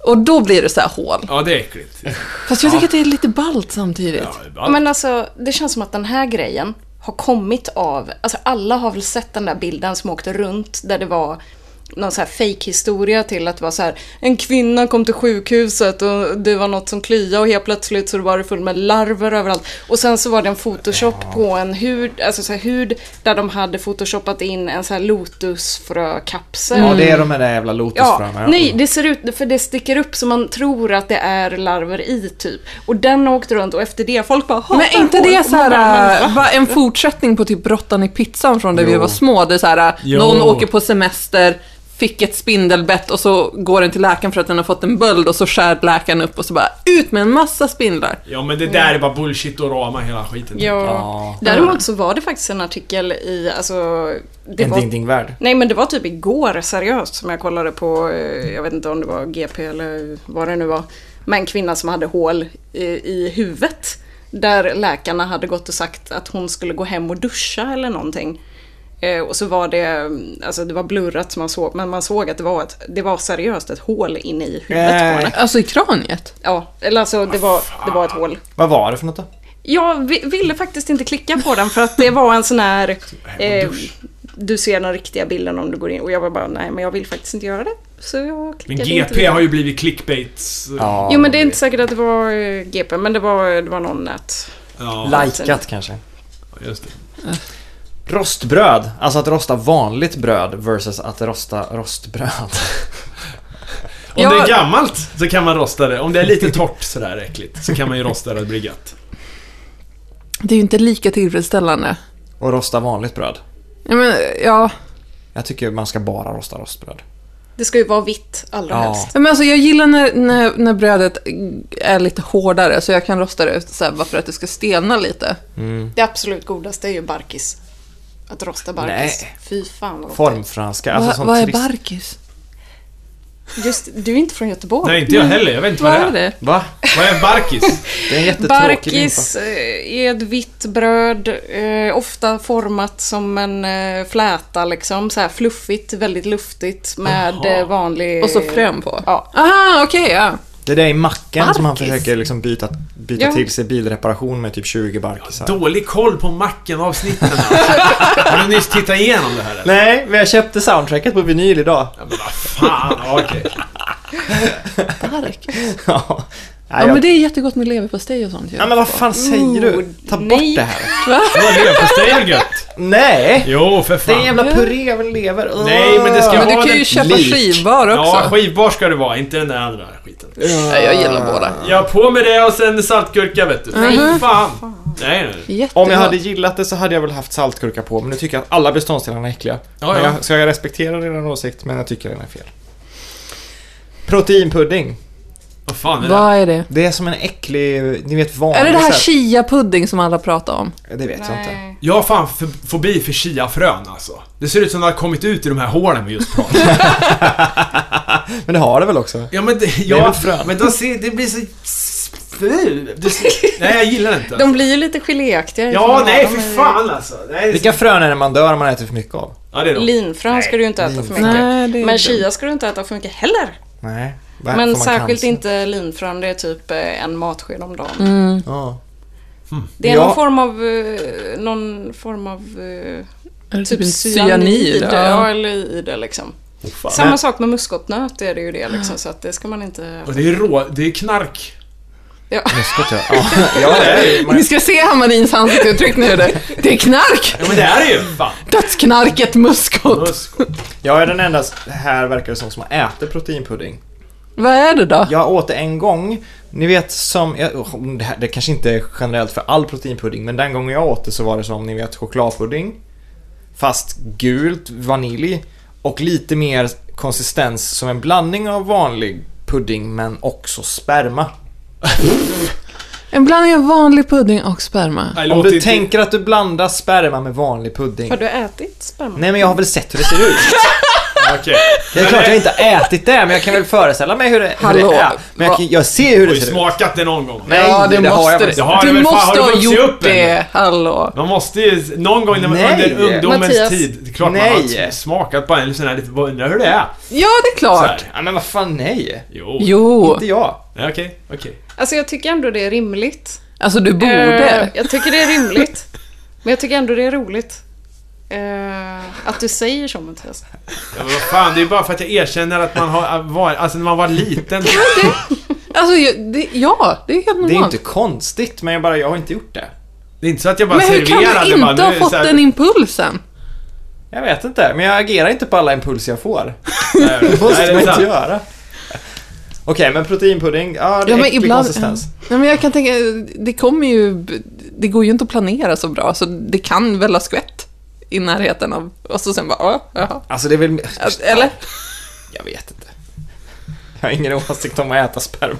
C: Och då blir det så här hål.
B: Ja, det är äckligt.
C: Fast jag tycker att det är lite ballt samtidigt.
B: Ja,
E: Ja, Men alltså, det känns som att den här grejen har kommit av, alltså alla har väl sett den där bilden som åkte runt där det var någon så här fake-historia till att det var så här en kvinna kom till sjukhuset och det var något som kliade och helt plötsligt så var det full med larver överallt. Och sen så var det en photoshop på en hud, alltså så här hud där de hade photoshopat in en så här lotusfrökapsel.
A: Ja, det är de här där jävla
E: Ja,
A: lotusfröna.
E: nej, det ser ut, för det sticker upp så man tror att det är larver i typ. Och den har åkt runt och efter det, folk bara hatar
C: Men är inte
E: hår.
C: det
E: Och
C: så
E: man bara,
C: här,
E: men
C: äh, va, en fortsättning på typ brottan i pizzan från där vi
A: Jo.
C: var små? Det är så här, äh,
B: Jo.
C: någon åker på semester, fick ett spindelbett och så går den till läkaren för att den har fått en böld och så skär läkaren upp och så bara ut med en massa spindlar.
B: Ja men det där är bara bullshit och rama hela skiten.
E: Ja.
A: Ja.
E: Däremot så var det faktiskt en artikel i, alltså... Det
A: En
E: var,
A: ding ding värld.
E: Nej men det var typ igår, seriöst, som jag kollade på, eh, jag vet inte om det var GP eller vad det nu var. Men en kvinna som hade hål i, i huvudet. Där läkarna hade gått och sagt att hon skulle gå hem och duscha eller någonting. Eh, och så var det, mm, alltså det var blurrat som man såg, men man såg att det var, ett, det var seriöst ett hål inne i huvudet på henne.
C: Alltså i kraniet.
E: Ja, eller alltså det var, det var ett hål.
A: Eh. Vad var det för något då?
E: Jag vi- ville faktiskt inte klicka på den för att det var en sån här...
B: Typ,
E: Eh, du ser den riktiga bilden om du går in. Och jag var bara, nej men jag vill faktiskt inte göra det. Så jag
B: Men
E: klickade inte.
B: GP
E: vidare.
B: har ju blivit clickbaits...
A: Ja.
E: Jo men det är inte säkert att det var eh, GP, men det var, det var någon nät.
B: ja
A: Likat kanske.
B: just det.
A: Rostbröd. Alltså att rosta vanligt bröd versus att rosta rostbröd.
B: Om
C: Ja.
B: det är gammalt så kan man rosta det. Om det är lite torrt sådär äckligt så kan man ju rosta det och det blir gött.
C: Det är ju inte lika tillfredsställande.
A: Och rosta vanligt bröd.
C: Ja, men, ja.
A: Jag tycker man ska bara rosta rostbröd.
E: Det ska ju vara vitt allra
A: Ja.
E: helst.
C: Ja, men alltså, jag gillar när, när, när brödet är lite hårdare så jag kan rosta det så här, bara för att det ska stelna lite.
E: Det absolut godaste är ju barkis. Att rosta barkis.
A: Nej.
E: Fy fan vad gott.
A: Formfranska. Alltså
C: Va,
A: sånt
C: vad är
A: trist-
C: barkis?
E: Just du är inte från Göteborg.
B: Nej, inte jag heller. Jag vet inte
C: Vad
B: vad,
C: är det?
A: Va?
B: Vad är barkis?
A: Det är en jättetråkig limpa.
E: Barkis eh, är ett vitt bröd, eh, ofta format som en eh, fläta liksom. Så här fluffigt, väldigt luftigt med
B: Jaha.
E: eh, vanlig...
C: Och så frön på?
E: Ja.
C: Aha, okej, ja.
A: Det där är macken som han
E: Barkis.
A: försöker liksom byta, byta
E: Ja.
A: till sig bilreparation med typ 20 barkisar.
B: Dålig koll på Macken-avsnitten alltså. Har du nyss tittat igenom det här eller?
A: Nej, men jag köpte soundtracket på vinyl idag.
B: Ja, men vad fan, ja, okej.
C: Stark.
A: ja, Nej,
C: Ja,
A: jag-
C: men det Mm, är jättegott med leverpastej och sånt ju.
A: ja, men vad fan säger du?
E: Oh,
A: Ta bort
E: nej.
A: det här.
B: Vad leverpastej är väl gött?
A: Nej!
B: Jo, för
A: Det är en
B: fan.
A: jävla puré över lever. Åh.
B: Nej, men det ska
C: Men
B: vara
C: du kan ju
B: den-
C: köpa
A: lik.
C: skivbar
B: Ja,
C: också.
B: skivbar ska det vara, inte den där andra skiten.
C: Ja, jag gillar båda.
B: Ja, på med det och sen saltgurka vet du. Nej, fan. Nej, nej.
C: Jättegott.
A: Om jag hade gillat det så hade jag väl haft saltgurka på, men nu tycker jag att alla beståndsdelarna är äckliga.
B: Ja,
A: Men
B: ja.
A: Jag, så jag respekterar din åsikt, men jag tycker den är fel. Proteinpudding.
B: Vad fan är det?
C: Vad är det?
A: Det är som en äcklig, ni vet vanlig
C: Är det det här
A: så
C: chia-pudding som alla pratar om?
A: Det vet jag inte.
B: Jag har fan f- fobi för chiafrön alltså. Det ser ut som att det har kommit ut ur de här hålen vi just pratade om.
A: Men det har det väl också?
B: Ja men det,
A: Det är
B: ja,
A: väl frön.
B: men de ser, det blir så... Det ser, nej jag gillar det inte.
E: De blir ju lite geléaktiga.
B: ja, nej för fan alltså. Nej, det
A: Vilka frön är det man dör om man äter för mycket av?
B: ja, det är de.
E: Linfrön ska du ju inte äta för mycket.
C: Nej, det är
E: Men
C: dumt.
E: chia ska du inte äta för mycket heller.
A: Nej. Där får
E: Men
A: man
E: särskilt
A: cancer.
E: inte linfrön, det är typ eh, en matsked om dagen.
A: Ja.
E: Det är
A: Ja.
E: någon form av, eh, någon form av eh,
C: Eller
E: typ
C: cyanid,
E: cyanid. typ.
C: ja.
E: Ja, eller i det liksom.
B: fan.
E: Samma sak med muskotnöt är det ju det liksom, så att det ska man inte...
B: Och det är rå, det är knark.
E: Ja.
A: Muskot ja. ja. ja det är, man,
C: Ni ska se Hamarins ansiktsuttryck nu. Det det är knark!
B: Ja men det är det ju. Fan.
C: Dödsknarket muskot.
B: Muskot.
A: jag är den enda s- här verkar det som som äter proteinpudding.
C: Vad är det då?
A: Jag åt det en gång, ni vet som, jag, oh, det, här, det kanske inte är generellt för all proteinpudding, men den gången jag åt det så var det som ni vet chokladpudding. Fast gult, vanilj och lite mer konsistens som en blandning av vanlig pudding men också sperma.
C: En blandning av vanlig pudding och sperma.
B: Nej,
A: Om
B: låt
A: du
B: inte-
A: tänker att du blandar sperma med vanlig pudding.
E: Har du ätit sperma?
A: Nej men jag har väl sett hur det ser ut.
B: Okej.
A: Det är klart jag inte har ätit det, men jag kan väl föreställa mig hur det, hur det
C: Hallå,
A: är. Men jag,
C: va-
A: kan, jag ser hur
B: Du har
A: det
B: ju
A: ser ut.
B: smakat det någon gång.
A: Nej, det har jag
C: måste
A: faktiskt.
B: Det har
C: du
B: jag väl fan.
C: måste
B: Har du
C: ha
B: vuxit
C: gjort
B: upp än?
C: det. Hallå.
B: Man måste ju, någon gång när man,
A: Nej.
B: under ungdomens
E: Mattias.
B: tid, det är klart man har
A: Nej.
B: smakat på en sån här, lite- bara undrar hur det är.
C: Ja, det är
B: Så
C: klart.
B: här.
A: Ja, men vad fan nej.
B: Jo.
C: Jo,
A: Inte jag.
B: Nej, Okej, okej.
E: Alltså jag tycker ändå det är rimligt.
C: alltså du
E: Eh,
C: borde.
E: jag tycker det är rimligt. Men jag tycker ändå det är roligt. Eh, att du säger så Mattias.
B: Ja, men vad fan, det är bara för att jag erkänner att man har varit, alltså när man var liten.
C: Alltså, jag- det, ja, det är helt
A: Det är ju
C: normalt.
A: inte konstigt, men jag, bara, jag har inte gjort det.
B: Det är inte så att jag bara
C: Men hur kan
B: serverade
C: du
B: bara,
C: inte ha
B: nu,
C: fått
B: så här-
C: den impulsen?
A: Jag vet inte, men jag agerar inte på alla impulser jag får.
B: Nej,
A: Det måste
B: det är
A: man inte
B: sant.
A: göra. Okej, men proteinpudding, ja det är
C: Ja, men
A: äcklig
C: ibland-
A: konsistens.
C: Nej, men jag kan tänka, det kommer ju... Det går ju inte att planera så bra, så det kan väl ha skvätt i närheten av... Och så sen bara, ja, jaha.
A: Alltså det är väl...
C: Att- Eller?
A: Jag vet inte. Jag har ingen åsikt om att äta sperma.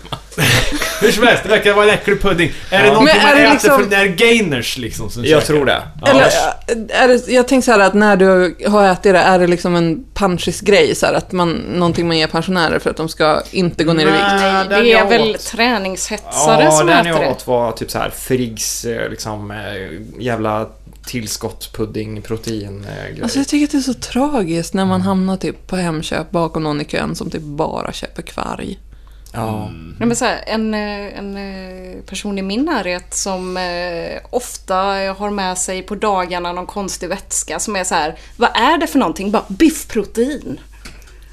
B: Hur som helst, det verkar vara en äcklig pudding. Är det någonting
C: Men
B: man
C: är det
B: äter
C: liksom-
B: för när gainers liksom? Som
A: Jag
B: käkar?
A: tror det.
B: Ja.
C: Eller, äh, är det, jag tänker så här att när du har ätit det, är det liksom en panschis grej? Så här att man, någonting man ger pensionärer för att de ska inte gå ner i vikt?
A: Nej, den
E: det är
A: jag
E: väl
A: åt-
E: träningshetsare som
A: den
E: äter
A: jag
E: det.
A: åt var typ så här Friggs eh, liksom eh, jävla tillskott pudding protein eh, grej.
C: Alltså jag tycker att det är så tragiskt när man hamnar typ på Hemköp bakom någon i kön som typ bara köper kvarg.
A: ja.
E: Nej, men så här, en, eh, en eh, person i min närhet som eh, ofta eh, har med sig på dagarna någon konstig vätska som är så här, vad är det för någonting? Bara biffprotein.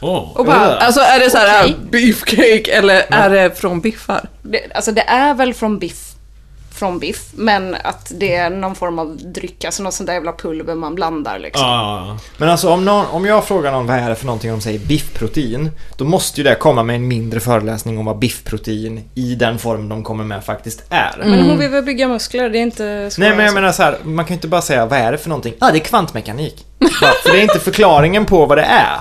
B: Åh.
E: Och bara,
C: Alltså är det så här
E: Okej.
C: äh, beefcake eller är det från biffar?
E: det, alltså det är väl från biff, från biff, men att det är någon form av dryck, alltså något sånt där jävla pulver man blandar liksom.
B: Ja,
A: Men alltså om, någon, om jag frågar någon vad är det för någonting och de säger biffprotein. Då måste ju det komma med en mindre föreläsning om vad biffprotein i den form de kommer med faktiskt är.
E: Men hon vill väl bygga muskler, det är inte svårare
A: Nej men
E: än
A: jag
E: så.
A: menar så här, man kan ju inte bara säga vad är det för någonting? Ja ah, det är kvantmekanik. Ja, för det är inte förklaringen på vad det är.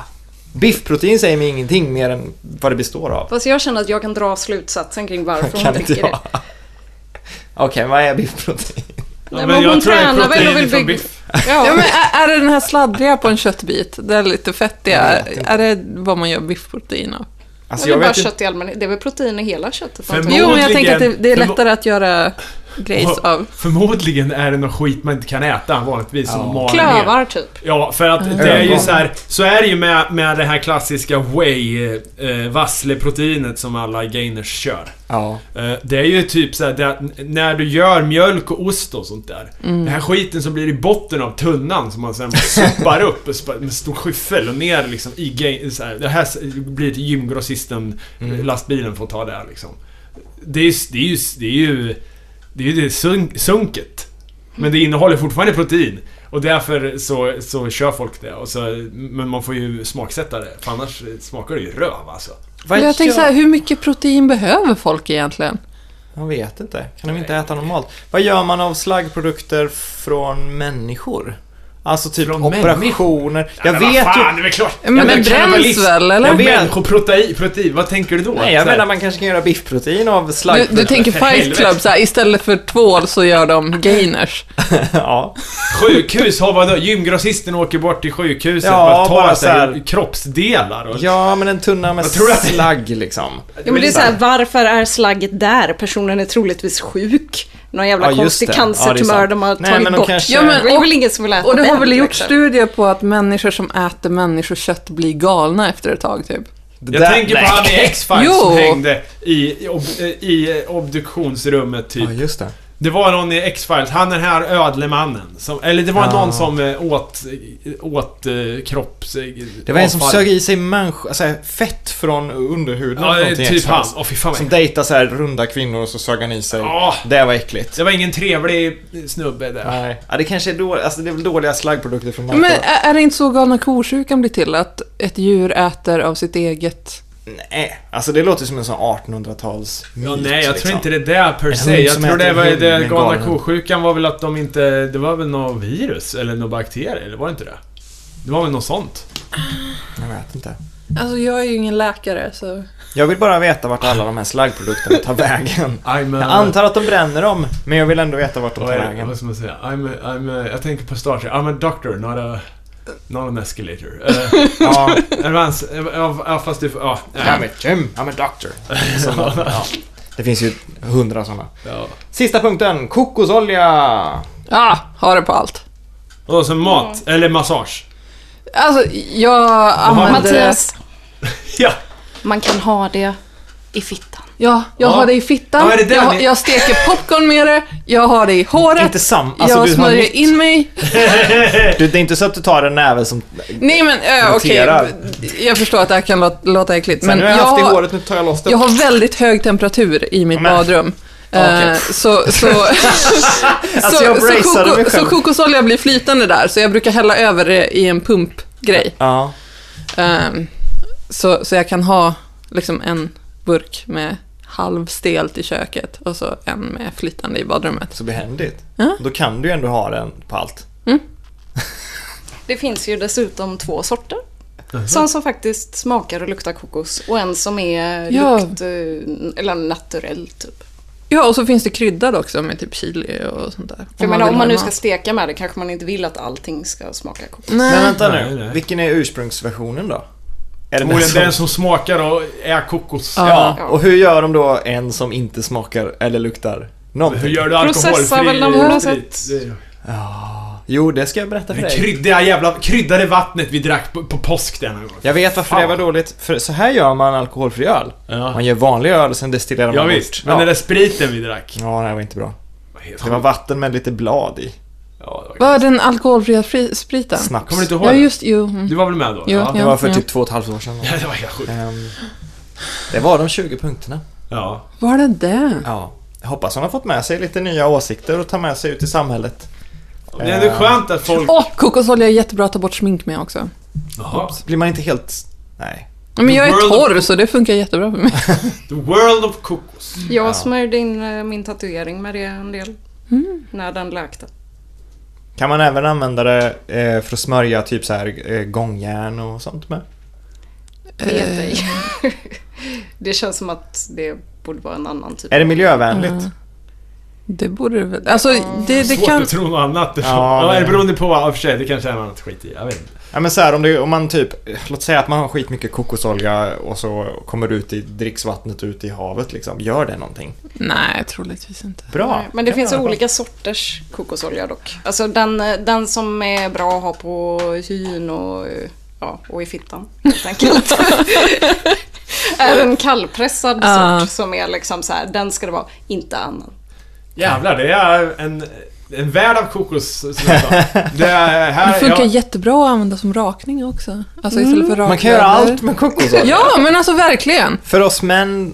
A: Biffprotein säger mig ingenting mer än vad det består av.
E: Fast jag känner att jag kan dra slutsatsen kring varför hon
A: Kan inte
E: dricker
A: jag.
E: det.
A: Okej, vad är biffprotein?
E: Nej, men hon tränar väl och vill bygga...
C: Ja
E: Ja,
C: men är, är det den här sladdriga på en köttbit? Det är lite fettiga. Är det vad man gör biffprotein av?
A: Alltså
E: Eller
A: jag
E: bara
A: vet inte.
E: kött i allmänhet. Det är väl protein i hela köttet?
B: Fem-
E: antar jag.
C: Jo men jag
B: Förmodligen.
C: tänker att det, det är lättare att göra grejs
B: Och
C: av.
B: Förmodligen är det något skit man inte kan äta vanligtvis. Som de maler ner.
E: Klövar typ.
B: Ja, för att det är ju så här, så är det ju med, med det här klassiska whey, eh, vassleproteinet som alla gainers kör.
A: Ja.
B: Eh, det är ju typ så här, det, att när du gör mjölk och ost och sånt där. Den här skiten som blir i botten av tunnan som man sen bara sopar upp och spa- med stor skyffel och ner liksom i gain, så här, Det här s- blir till gymgrossisten, eh, lastbilen får ta det här liksom. Det är, ju s- det är ju... s- Det är ju det, är ju det sunk, sunket. Men det innehåller fortfarande protein. Och därför så, så kör folk det. Och så, men man får ju smaksätta det. För annars smakar det ju röv alltså.
A: Vad
C: jag tänker
A: gör-
C: så här, hur mycket protein behöver folk egentligen?
A: Jag vet inte. Kan de inte äta normalt? Vad gör man av slaggprodukter från människor? Alltså typ
B: Från
A: operationer. Jag
B: men
A: vet
B: vad
A: ju...
B: fan, det är väl klart.
C: Men
B: Jävla
C: det bränns
B: kannibalist.
C: väl, eller?
B: Jag
A: Jag vet.
B: vet. Människoprotein, protein, vad tänker du då?
A: Nej, jag
B: Så här,
A: menar man kanske kan göra biffprotein av
C: Du,
A: slaggprodukter.
C: du tänker
B: för
C: Fight
B: helvete.
C: Club, så här, istället för tvål så gör de gainers.
A: ja.
B: Sjukhus har vadå? Gymgrossisten åker bort till sjukhuset
A: Ja,
B: för att ta
A: bara
B: så här, kroppsdelar och...
A: ja, men en tunna med
B: Jag tror att-
A: slagg liksom.
E: Ja, men det är så här, varför är slagget där? Personen är troligtvis sjuk. Någon jävla
A: Ja, just
E: konstig
A: det. Ja, det är
E: cancertumör
A: sant.
E: de har
A: Nej,
E: tagit
A: men de
E: bort.
A: kanske-
E: Ja, men,
C: och-
E: det är väl ingen som vill äta
C: Och det har
E: den,
C: väl gjort
E: liksom.
C: studier på att människor som äter människokött blir galna efter ett tag, typ.
A: Det
B: Jag
A: där-
B: tänker
A: nej.
B: på han i X-Files
C: Jo.
B: som hängde i, i, ob, i obduktionsrummet typ.
A: Ja, just det.
B: Det var någon i X-Files, han den här ödlemannen. Som, eller det var
A: Ja.
B: någon som eh, åt, eh, åt eh, kropps... eh,
A: Det var en som
B: avfall.
A: sög i sig människa, alltså här, fett från underhuden.
B: Ja,
A: eller
B: eh,
A: någonting
B: typ
A: extra.
B: han. Åh fy fan vad
A: Som dejtar så här runda kvinnor och så sög han i sig.
B: Ja.
A: Det var äckligt.
B: Det var ingen trevlig snubbe där.
A: Nej. Ja, det kanske är dåliga, alltså det är väl dåliga slaggprodukter från människor.
C: Men äh- är är det inte så galna korsjukan blir till? Att ett djur äter av sitt eget...
A: Nej, alltså det låter som en sån 1800-tals myt,
B: Ja, nej, jag
A: liksom.
B: tror inte det där per
A: En
B: se.
A: hund
B: Jag
A: som
B: tror det
A: äter
B: var
A: hund
B: det
A: med
B: galna
A: galen.
B: kosjukan var väl att de inte... Det var väl något virus eller några bakterier, eller var det inte det? Det var väl något sånt?
A: Jag vet inte.
C: Alltså, jag är ju ingen läkare, så...
A: Jag vill bara veta vart alla de här slaggprodukterna tar vägen.
B: I'm a,
A: Jag antar att de bränner dem, men jag vill ändå veta vart de
B: Vad
A: tar
B: är det?
A: vägen.
B: Vad ska man säga? I'm a, I'm a, jag tänker på Star Trek. I'm a doctor, not a... Not an escalator. Eh,
A: Ja,
B: Advance... Ja, ja, fast du... Ja.
A: I'm a Jim, I'm a doctor. Som, ja. Det finns ju hundra sådana.
B: ja.
A: Sista punkten, kokosolja.
C: Ja, har Ah, det på allt.
B: Och så mat,
E: Mm.
B: eller massage.
C: Alltså, jag använder det...
E: Mattias,
B: Ja.
E: man kan ha det i fittan.
C: Ja, jag
B: Ja.
C: har det i fittan.
B: Ja, är det där
C: jag,
B: ni-
C: jag steker popcorn med det. Jag har det i håret.
A: Inte sam- alltså,
C: jag
A: du har
C: smörjer
A: nytt.
C: in mig.
A: Du, det är inte så att du tar en näve som... Sen
C: Nej men äh, okej.
A: Roterar.
C: Jag förstår att det här kan låta, låta äckligt.
A: men
C: Men
A: nu har
C: jag,
A: jag haft i
C: har-
A: håret, nu tar jag loss det.
C: jag har väldigt hög temperatur i mitt
A: Men-
C: badrum.
A: Okej.
C: Eh, Så, så,
A: Alltså, jag
C: så, så,
A: braceade mig
C: koko, så
A: själv.
C: kokosolja blir flytande där, så jag brukar hälla över det i en pumpgrej.
A: Ja.
C: Ehm, så, så jag kan ha liksom en burk med halvstelt i köket och så en med flytande i badrummet.
A: Så behändigt.
C: Ja.
A: Då kan du ju ändå ha den på allt.
E: Det finns ju dessutom två sorter.
A: Mhm.
E: Sån som faktiskt smakar och luktar kokos och en som är
C: Ja.
E: lukt eh, eller naturell typ.
C: Ja, och så finns det kryddad också med typ chili och sånt där.
E: För jag menar,
C: vill
E: om man
C: ha
E: nu
C: mat.
E: ska steka med det kanske man inte vill att allting ska smaka kokos.
A: Men
C: Nej,
A: vänta nu,
B: Nej, nej.
A: vilken är ursprungsversionen då? Är det den
B: Förmodligen
A: som...
B: den som smakar och är kokos.
C: Ja.
A: Ja, och hur gör de då en som inte smakar eller luktar
B: Hur
A: någonting?
B: gör du
E: Processar
B: alkoholfri
E: väl de på något
B: sprit?
E: sätt?
B: Det-
A: Jo, det ska jag berätta för
B: Det
A: dig.
B: kryddiga jävla, kryddade vattnet vi drack på, på påsk denna gång.
A: Jag vet varför
B: Fan.
A: det var dåligt, för så här gör man alkoholfri öl.
B: Ja,
A: Man gör vanlig öl och sen destillerar man
B: ja
A: bort.
B: visst. Men
A: ja.
B: den där spriten vi drack.
A: ja, det här var inte bra.
B: Vad heter
A: Det var
B: den?
A: vatten med lite blad i.
B: Ja, det var-
C: Vad är den alkoholfria fri- spriten?
A: Snaps.
B: Kommer du inte ihåg?
C: Ja,
B: det?
C: just jo. Mm.
B: Du var väl med då?
C: Jo,
A: Det
C: ja.
A: var för typ två och ett halvt år sedan.
B: Ja, det var helt sjukt.
A: Ehm, det var de 20 punkterna.
B: Ja.
C: Var det det?
A: Ja. Jag hoppas hon har fått med sig lite nya åsiksikter och ta med sig ut i samhället.
B: Det är ändå skönt att folk...
C: Åh, kokosolja är jättebra att ta bort smink med också.
B: Jaha.
A: Så blir man inte helt... Nej.
C: Men jag är
B: world of-
C: torr så det funkar jättebra för mig.
B: The world of kokos.
E: Jag smörjde in eh, min tatuering med det en del.
C: Mm.
E: När den läkte.
A: Kan man även använda det eh, för att smörja typ så här eh, gångjärn och sånt med?
E: Vet ej. det känns som att det borde vara en annan typ.
A: Är det miljövänligt?
C: Det borde du väl... Alltså, det, det
B: Svårt
C: kan...
B: att tro något annat. Ja,
A: Ja,
B: det
A: det-
B: beroende på vad, i och för sig, det kanske är något annat skit i. Jag vet inte.
A: Ja men så här, om, det, om man typ, låt säga att man har skitmycket kokosolja och så kommer det ut i dricksvattnet ut i havet liksom. Gör det någonting?
C: Nej, troligtvis inte.
A: Bra!
E: Nej, Men det
A: Ja,
E: finns
A: i alla fall.
E: olika sorters kokosolja dock. Alltså den, den som är bra att ha på hyn och, eh, ja, och i fittan helt enkelt. är en kallpressad
C: Ja.
E: sort som är liksom så här, den ska det vara, inte annan.
B: Jävlar, det är en, en värld av kokos. som jag sa. Det är här...
C: Det funkar
B: ja.
C: jättebra att använda som rakning också. Alltså istället för rakning.
A: Man kan göra allt med kokosolja.
C: Ja, men alltså verkligen.
A: För oss män,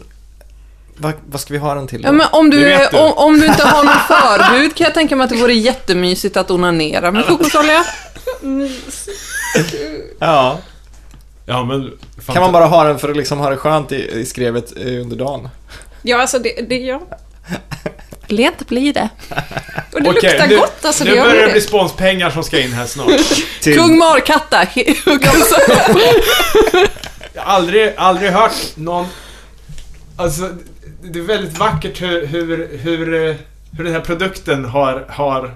A: vad, vad ska vi ha den till? då?
C: Ja, men om,
B: Det
C: du,
B: vet
C: är,
B: du.
C: om, om du inte har någon förbud kan jag tänka mig att det vore jättemysigt att onanera med kokosolja.
A: ja.
B: ja, men... fan.
A: Kan man bara ha den för att liksom ha det skönt i, i skrevet eh, under dagen?
E: Ja, alltså det, det ja.
C: Lent blir det.
E: Och det
B: Okej,
E: luktar
B: nu,
E: gott alltså,
B: Nu
E: det gör
B: börjar det
E: det.
B: bli sponspengar som ska in här snart.
A: Till,
C: Kung Markatta. he- kokosolja.
B: Jag har aldrig, aldrig hört någon... Alltså, det- det är väldigt vackert hur, hur, hur, eh, hur den här produkten har, har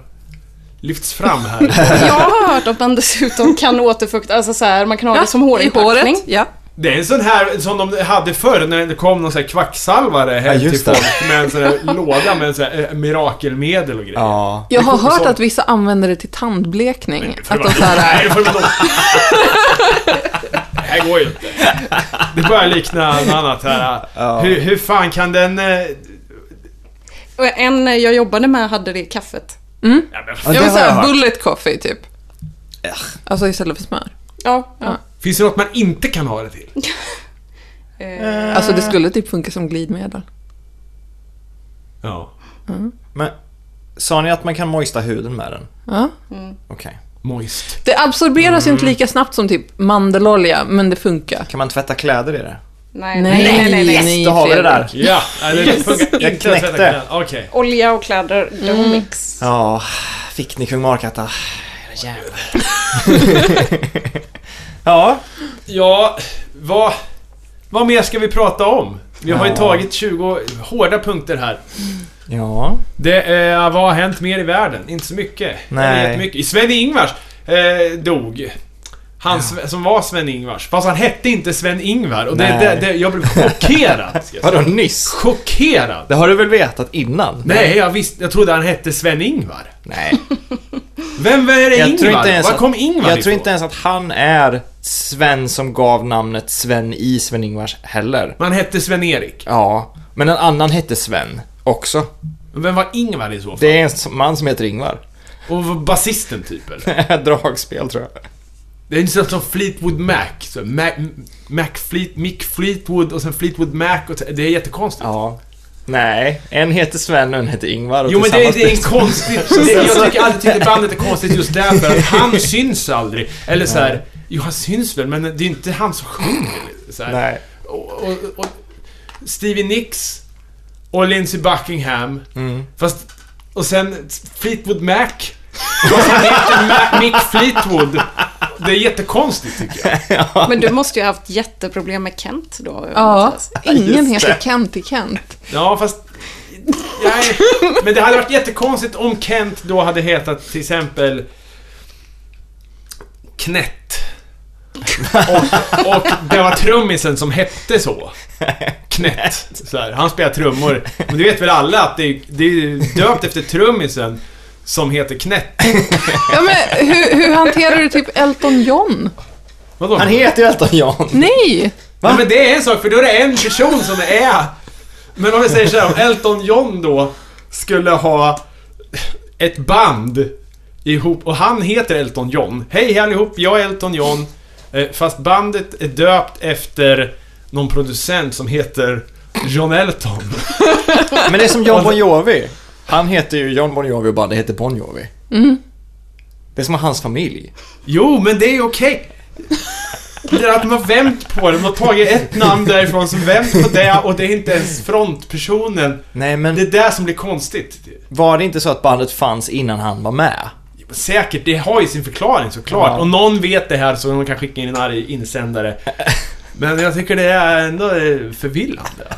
B: lyfts fram här.
E: Jag har hört att man dessutom kan återfukta, alltså så här, man kan ha det som
C: I
E: hårinpackning.
C: håret. Ja.
B: Det är en sån här som de hade förr när det kom någon sån här kvacksalvare hem
A: Ja,
B: till
A: just det.
B: folk med en sån här låda med en sån här eh, mirakelmedel och grejer.
A: Ja.
C: Jag har hört
B: kokosolja.
C: att vissa använder det till tandblekning.
B: För
C: Att de
B: vad-
C: så här,
B: Nej, för vad- Det här går ju inte. Det börjar likna något annat här.
A: Ja.
B: Hur, hur fan kan den... eh,
E: Och en jag jobbade med hade det i kaffet.
B: Ja, men
A: Ja,
C: Ja,
A: det
C: men
A: har jag
C: såhär
A: hört.
C: bullet coffee typ. Alltså istället för smör.
E: Ja, ja.
B: Finns det något man inte kan ha det till?
E: Eh,
C: Alltså det skulle typ funka som glidmedel.
B: Ja.
A: Men, sa ni att man kan moista huden med den?
C: Ja.
A: Okej.
B: Moist.
C: Det absorberas ju inte lika snabbt som typ mandelolja, men det funkar.
A: Kan man tvätta kläder i det?
E: nej, nej, nej, nej, nej.
A: Då har vi det där.
B: Ja, nej, det funkar inte att tvätta
A: knäckte.
B: knäna. Okej.
E: Olja och kläder, no
C: Mm.
E: mix.
A: Ja, fick ni kung Markatta? Era jävlar. ja,
B: Ja, vad... Vad mer ska vi prata om? Vi har ju
A: Ja.
B: tagit 20 hårda punkter här.
A: ja.
B: Det, eh, vad har hänt mer i världen? Inte så mycket.
A: Nej.
B: Eller jättemycket. Sven-Ingvars eh, dog. Han Sve- som var Sven-Ingvars. Fast han hette inte Sven-Ingvar. Och det,
A: Nej.
B: det, det, jag blev chockerad. ska jag säga.
A: Vadå nyss?
B: chockerad?
A: Det har du väl vetat innan?
B: Nej, jag visste... Jag trodde han hette Sven-Ingvar.
A: Nej.
B: Vem är det
A: Jag tror inte
B: Ingvar?
A: ens
B: Var
A: att,
B: kom Ingvar
A: Jag tror
B: ifrån?
A: inte ens att han är Sven som gav namnet Sven i Sven-Ingvars heller.
B: Man hette Sven-Erik.
A: Ja, men en annan hette Sven också.
B: Vem var Ingvar i så fall?
A: Det är en man som heter Ingvar.
B: Och var basisten typ eller?
A: Dragspel tror jag.
B: Det är inte sånt som Fleetwood Mac. Så Mac, Mac Fleet, Mick Fleetwood och sen Fleetwood Mac och t- Det är jättekonstigt.
A: Ja. Nej, en heter Sven och en heter Ingvar och
B: Jo men det, är-
A: tillsammans liksom.
B: det är en
A: blir-
B: konstig... Det, jag tycker alltid tycker bandet är konstigt just därför att han syns aldrig. Eller så här, Jo han syns väl men det är inte han som sjunger. Så här.
A: Nej.
B: Och, och, och Stevie Nicks och Lindsey Buckingham. Fast... Och sen Fleetwood Mac. Och sen heter Mac, Mick Fleetwood. Det är jättekonstigt tycker jag.
E: Men du måste ju ha haft jätteproblem med Kent då.
C: Ja,
E: Mattias.
C: ingen
A: just
C: heter
A: det.
C: Kent i Kent.
B: Ja, fast... Nej, men det hade varit jättekonstigt om Kent då hade hetat till exempel... Knett. Och, och det var trummisen som hette så. Knett. Så här, han spelar trummor. Men det vet väl alla att det är, det är ju döpt efter trummisen som heter Knett.
C: Ja, men hur, hur hanterar du typ Elton John?
B: Vadå?
A: Han heter ju Elton John.
C: Nej!
B: Ja, men det är en sak, för då är det en person som det är. Men om vi säger så här, om Elton John då skulle ha ett band ihop och han heter Elton John. Hej allihop, jag är Elton John. Eh, Fast bandet är döpt efter någon producent som heter John Elton.
A: Men det är som John Bon Jovi. Alltså- Han heter ju John Bon Jovi och bandet heter Bon Jovi.
B: Mm.
A: Det är som hans familj.
B: Jo, men det är okej. Det är att de har vänt på det, de har tagit ett namn därifrån som vänt på det och det är inte ens frontpersonen.
A: Nej men
B: Det är det som blir konstigt.
A: var det inte så att bandet fanns innan han var med?
B: Säkert, det har ju sin förklaring såklart.
A: Ja.
B: Och någon vet det här så de kan skicka in en arg insändare. Men jag tycker det är ändå eh, förvillande.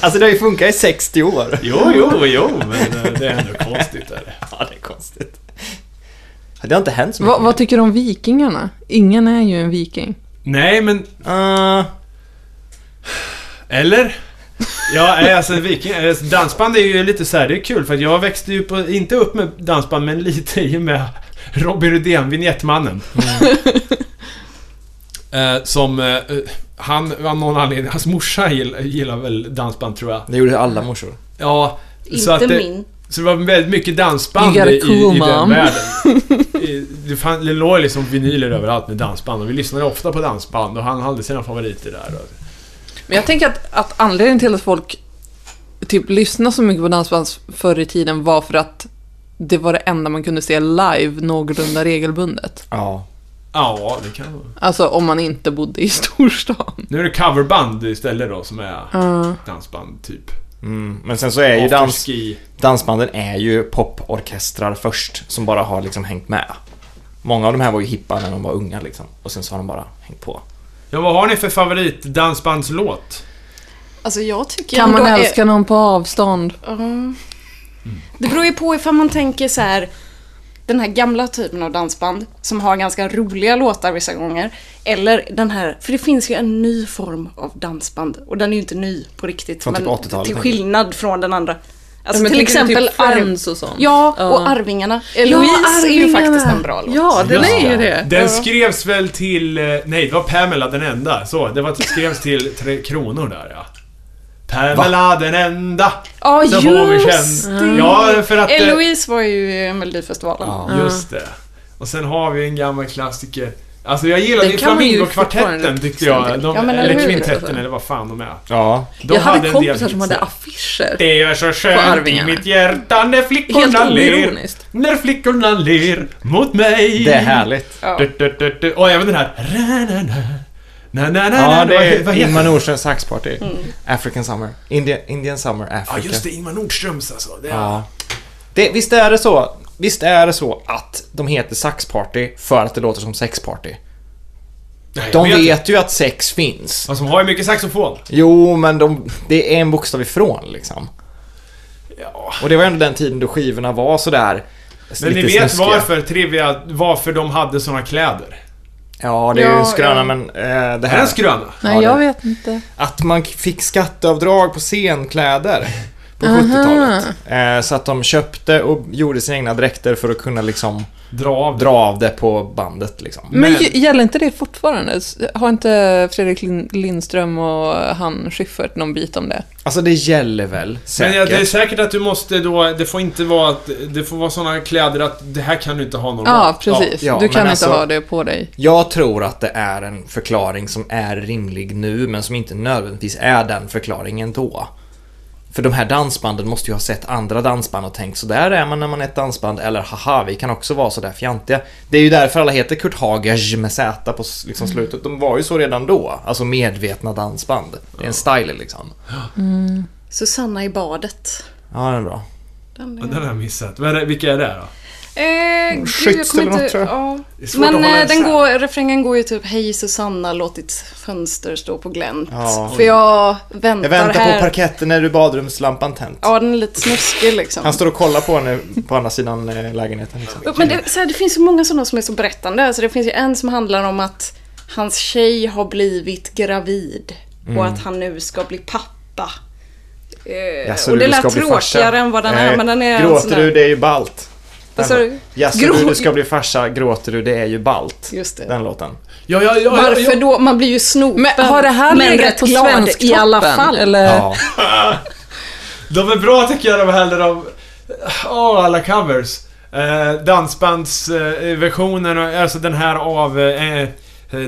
A: Alltså det har ju funkat i 60 år.
B: Jo, jo, jo, men eh, det är ändå konstigt. Är det.
A: Ja, det är konstigt. Det har inte hänt så mycket.
C: Vad, vad tycker du om vikingarna? Ingen är ju en viking.
B: Nej, men...
A: Eh,
B: Eller? Ja, nej, alltså viking, eh, dansband är ju lite så här, det är kul för att jag växte ju på, inte upp med dansband, men lite i och med Robin Rydén, Vignettmannen. Eh, som, eh, han, av någon anledning, hans morsa gillar, gillar väl dansband tror jag.
A: det gjorde alla morsor.
B: Ja, så att
E: Inte
B: det,
E: min.
B: Så det var väldigt mycket dansband i,
C: You got a cool
B: i, i den
C: mom.
B: världen. I- Det, fann, det låg liksom vinyler överallt med dansband och vi lyssnade ofta på dansband och han hade sina favoriter där. Och,
C: Men jag tänker att, att anledningen till att folk typ lyssnade så mycket på dansband förr i tiden var för att det var det enda man kunde se live någorlunda regelbundet.
A: Ja.
B: ja, det kan vara.
C: Alltså om man inte bodde i storstan.
B: Nu är det coverband istället då som är
C: Ja.
B: dansband typ.
A: Mm. Men sen så är ju dans,
B: Afterski.
A: dansbanden är ju poporkestrar först, som bara har liksom hängt med. Många av de här var ju hippa när de var unga liksom. Och sen så har de bara hängt på.
B: Ja, vad har ni för favoritdansbandslåt?
E: Alltså jag tycker
C: Kan man
E: ändå är-
C: älska någon på avstånd?
E: Ja. Det beror ju på ifall man tänker så här den här gamla typen av dansband som har ganska roliga låtar vissa gånger. Eller den här, för det finns ju en ny form av dansband och den är ju inte ny på riktigt.
A: Från typ
E: men
A: 80-talet, tänker
E: till
A: du?
E: skillnad från den andra. Alltså
C: men
E: till
C: tänker du typ
E: exempel
C: Friends och sånt?
E: Ja,
C: Ja.
E: och Arvingarna. Eloise är ju faktiskt en bra låt.
C: Ja, den är ju det.
B: Den skrevs väl till... eh, Nej, det var Pamela den enda. Så, det var, skrevs till Tre Kronor där ja. Pamela den enda.
E: Ja,
B: Så får vi känn-
E: det.
B: Ja, för att... eh,
E: Eloise var ju i Melodifestivalen.
B: Just det. Och sen har vi en gammal klassiker. Alltså jag gillade
C: Den
B: ju
C: kan man ju
B: Flamingokvartetten
C: fortfarande
B: tyckte jag. De,
E: Ja, men eller
B: eller
E: hur?
B: kvintetten eller vad fan de är.
A: Ja.
B: De
C: jag hade
B: en
C: kompisar
B: del
C: som hade
B: hits.
C: affischer.
B: Det är så skönt i
C: Arvingarna.
B: mitt hjärta när flickorna
C: Helt
B: ler.
C: oironiskt.
B: När flickorna ler mot mig.
A: Det är härligt.
E: Ja.
B: Du, du, du, du. Och även den här... ra-na-na. Na-na-na-na.
A: Ja, det
B: Vad-
A: är
B: vad heter Mm.
A: Ingmar
B: den?
A: Nordströms saxparty. African Summer. Indian, Indian Summer
B: Ja,
A: Africa.
B: just det. Ingmar Nordströms alltså. Det är...
A: Ja. Det, visst är det så? Visst är det så att de heter saxparty för att det låter som sexparty?
B: Nej, jag
A: De
B: inte.
A: vet ju att sex finns.
B: Vad som har ju mycket saxofon.
A: Jo, men de, det är en bokstav ifrån liksom.
B: Ja.
A: Och det var ändå den tiden då skivorna var sådär
B: Men ni vet varför Trivia, varför de hade såna kläder?
A: Ja, det är ju
E: Ja,
A: en skröna,
E: ja.
A: men eh, det
B: Är det en
A: här...
B: skröna?
A: Ja,
C: Nej,
A: det-
C: jag vet inte.
A: Att man k- fick skatteavdrag på scenkläder på 70-talet. Eh, så att de köpte och gjorde sina egna dräkter för att kunna liksom
B: Dra av
A: dra av det på bandet liksom.
C: Men,
B: Men-
C: g- gäller inte det fortfarande? S- Har inte Fredrik Lin- Lindström och han Schyffert någon bit om det?
A: Alltså det gäller väl
B: Men
A: säkert.
B: ja, det är säkert att du måste då, det får inte vara att, det får vara såna kläder att det här kan du inte ha någon
C: Ja, precis.
A: ja,
C: du
A: men
C: kan
A: alltså-
C: inte ha det på dig.
A: Jag tror att det är en förklaring som är rimlig nu men som inte nödvändigtvis är den förklaringen då. För de här dansbanden måste ju ha sett andra dansband och tänkt så där är man när man är ett dansband eller haha vi kan också vara sådär fjantiga. Det är ju därför alla heter Kurt Hagers med Z på s- liksom slutet. De var ju så redan då. Alltså medvetna dansband. Det är en style liksom.
E: Susanna i badet.
A: Ja, den är bra.
E: Den
B: Den har jag missat. Vad är det- Vilka är det då?
E: Eh, gud, jag
A: Schütz eller
E: kommer
A: något,
E: inte...
A: tror jag.
E: Ja.
B: Det är svårt
E: Men
B: att hålla
E: eh, den
B: isär.
E: går, refrängen går ju typ Hej Susanna, låt ditt fönster stå på glänt.
A: Ja.
E: För jag väntar,
A: Jag väntar
E: här.
A: på parketten när du badrumslampan tänt.
E: Ja, den är lite snuskig liksom.
A: Han står och kollar på henne på andra sidan eh, lägenheten. Liksom.
E: Men det, så här, det finns ju många sådana som är så berättande. Alltså, det finns ju en som handlar om att hans tjej har blivit gravid
A: Mm.
E: och att han nu ska bli pappa. Eh,
A: Jaså,
E: och det
A: du
E: lät
A: ska bli
E: tråkigare
A: farsa.
E: än vad den är,
A: Nej,
E: men den är en sån
A: Gråter
E: där-
A: du, det är ju balt.
E: Vad sa du?
A: Jaså
E: Grå-
A: du, du ska bli farsa, gråter du, det är ju balt.
E: Just det.
A: Den låten.
B: Ja, ja, ja, ja,
E: Varför
B: ja.
E: då? Man blir ju snopen.
C: Men har det här
E: men
C: legat
E: rätt
C: på
E: glad
C: Svensktoppen?
E: i alla fall.
C: Eller?
A: Ja.
B: De är bra tycker jag de här där av... Åh, alla covers. Eh, Dansbandsversionen, alltså den här av... Eh, eh,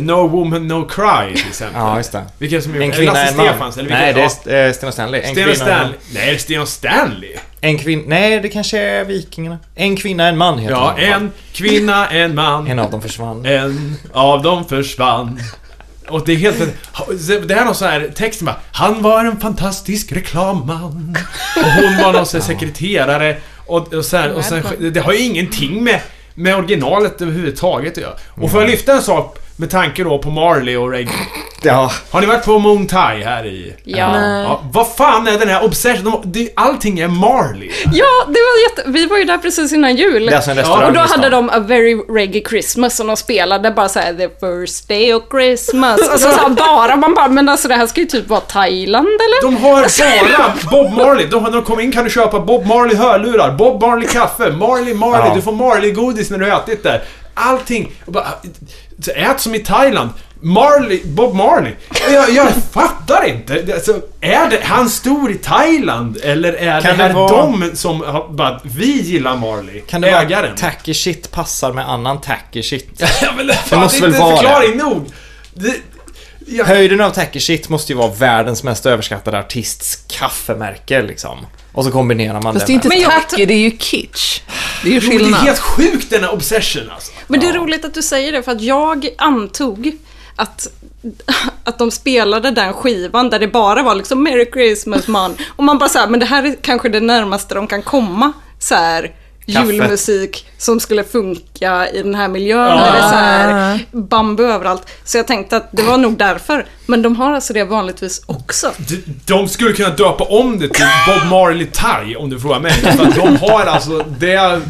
B: no Woman No Cry till exempel.
A: ja, just det.
B: Vilka som är...
A: En kvinna,
B: Lasse
A: en man.
B: Stefans, eller vilka?
A: Nej, det
B: Ja.
A: är eh, Sten och Stanley. En
B: Sten
A: kvinna,
B: och Stanley. Nej, det är Sten och Stanley.
A: En kvinna, nej det kanske är Vikingarna. En kvinna, en man heter
B: Ja,
A: de i alla fall.
B: en Eh, kvinna, en man.
A: En av dem försvann.
B: En av dem försvann. Och det är helt... Det här är någon sån här text som bara Han var en fantastisk reklamman. Och hon var någon sån här sekreterare. Och, och, så här, och sen, det har ju ingenting med, med originalet överhuvudtaget att göra. Och får jag lyfta en sak Med tanke då på Marley och Reg...
A: Ja,
B: Har ni varit på Moon Thai här i...
E: Ja.
B: Ja, vad fan är den här obsession? De- det- Allting är Marley.
E: Ja, det var jätte... Vi var ju där precis innan jul.
A: det är alltså en restaurang
E: och då
A: i stan.
E: hade de A Very Reggae Christmas som de spelade bara såhär The first day of Christmas. Alltså så här, bara, man bara, men alltså det här ska ju typ vara Thailand eller?
B: De har bara Bob Marley. De, när de kommer in kan du köpa Bob Marley hörlurar, Bob Marley kaffe, Marley Marley.
A: Ja.
B: Du får Marley godis när du har ätit där. Allting. Och bara, så ät som i Thailand. Marley, Bob Marley. Jag, jag fattar inte. Det- Alltså, är det han stor i Thailand? Eller är
A: Kan
B: det
A: det
B: här
A: vara-
B: de som har, bara, vi gillar Marley?
A: Kan det vara
B: Ägaren.
A: att tacky shit passar med annan tacky shit?
B: ja, men, fan,
A: måste
B: det
A: väl
B: är inte
A: vara
B: förklaring nog. Det, jag,
A: Höjden av tacky shit måste ju vara världens mest överskattade artists kaffemärke liksom. Och så kombinerar man
C: Fast
A: det
C: det är
A: med...
C: inte
E: Men jag-
C: tacky, det är ju kitsch. Det är ju
B: jo, det är
C: skillnad.
B: helt sjukt den här obsession alltså.
E: Men det är roligt att du säger det för att jag antog att, att de spelade den skivan där det bara var liksom Merry Christmas man. Och man bara såhär, men det här är kanske det närmaste de kan komma så här
A: Kaffe.
E: julmusik som skulle funka i den här miljön. Där det är så här bambu överallt. Så jag tänkte att det var nog därför. Men de har alltså det vanligtvis också.
B: De, de skulle kunna döpa om det till Bob Marley Thai om du frågar mig. För att de har alltså det...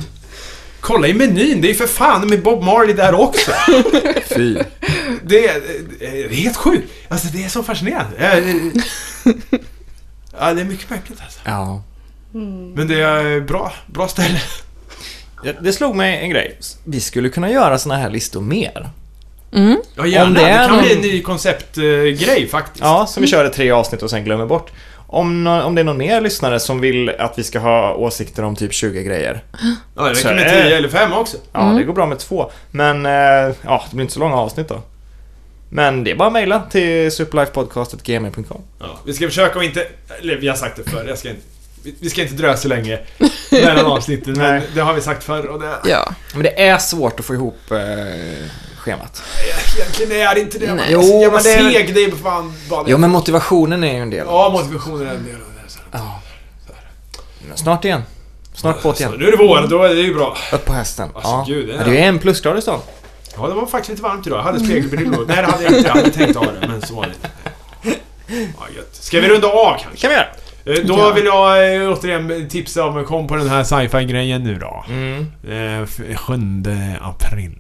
B: Kolla i menyn, det är ju för fan med Bob Marley där också.
A: Fy.
B: Det är, det är helt sjukt. Alltså det är så fascinerande. Ja, det- Ja, det är mycket märkligt alltså.
A: Ja.
B: Men det är bra, bra ställe.
A: Ja, Det slog mig en grej. Vi skulle kunna göra såna här listor mer.
B: Ja, gärna.
A: Om
B: Det,
A: det är
B: kan bli en
A: någon-
B: ny konceptgrej eh, faktiskt.
A: Ja, som vi kör i tre avsnitt och sen glömmer bort. Om, nå- om det är någon mer lyssnare som vill att vi ska ha åsikter om typ 20 grejer.
B: Ja, det
A: Så
B: räcker med
A: är det.
B: 10 eller 5 också.
A: Ja, det går bra med två. Men eh, ja, det blir inte så långa avsnitt då. Men det är bara att mejla till superlifepodcast.gmail.com.
B: Ja, vi ska försöka att inte... Eller vi har sagt det förr, jag ska inte... vi- Vi ska inte dröja så länge mellan avsnitten, men
A: Nej.
B: det har vi sagt förr och det...
C: Ja.
A: Men det är svårt att få ihop eh, schemat.
B: Egentligen är det inte det.
C: Nej.
B: Jo, jag var
A: men det är-
B: seg, det är för fan bara det.
A: Jo, men motivationen är ju en del.
B: Ja, motivationen är en del av det. Så.
A: Snart igen. Snart båt
B: Så
A: igen.
B: nu är det vår, då är det ju bra.
A: Upp på hästen.
B: Alltså, gud, det är-
A: Ja, det är en plusgrad i stan.
B: Ja, det var faktiskt lite varmt idag. Jag hade spegelbrillor. Nej, det hade jag inte. Jag hade tänkt ha det, men så var det inte. Ja, gött. Ska vi runda av kanske?
A: kan vi göra.
B: Eh, Då vill jag eh, återigen tipsa om, kom på den här sci-fi-grejen nu då.
A: Mm.
B: Eh, f- 7 april.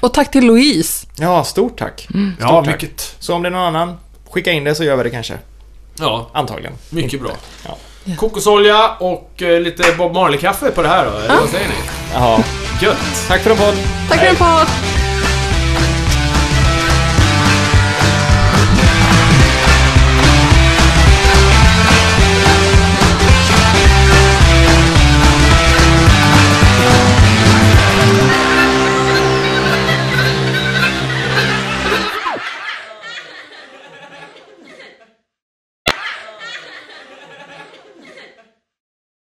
C: Och tack till Louise.
A: Ja, stort tack.
B: Mm. Ja,
A: tack.
B: mycket.
A: Så om det är någon annan, skicka in det så gör vi det kanske.
B: Ja,
A: Antagligen.
B: mycket bra.
A: Ja.
B: Kokosolja och eh, lite Bob Marley-kaffe på det här då, eller vad säger ni?
A: Jaha.
B: Gött!
A: Tack för en podd.
C: Tack för en podd.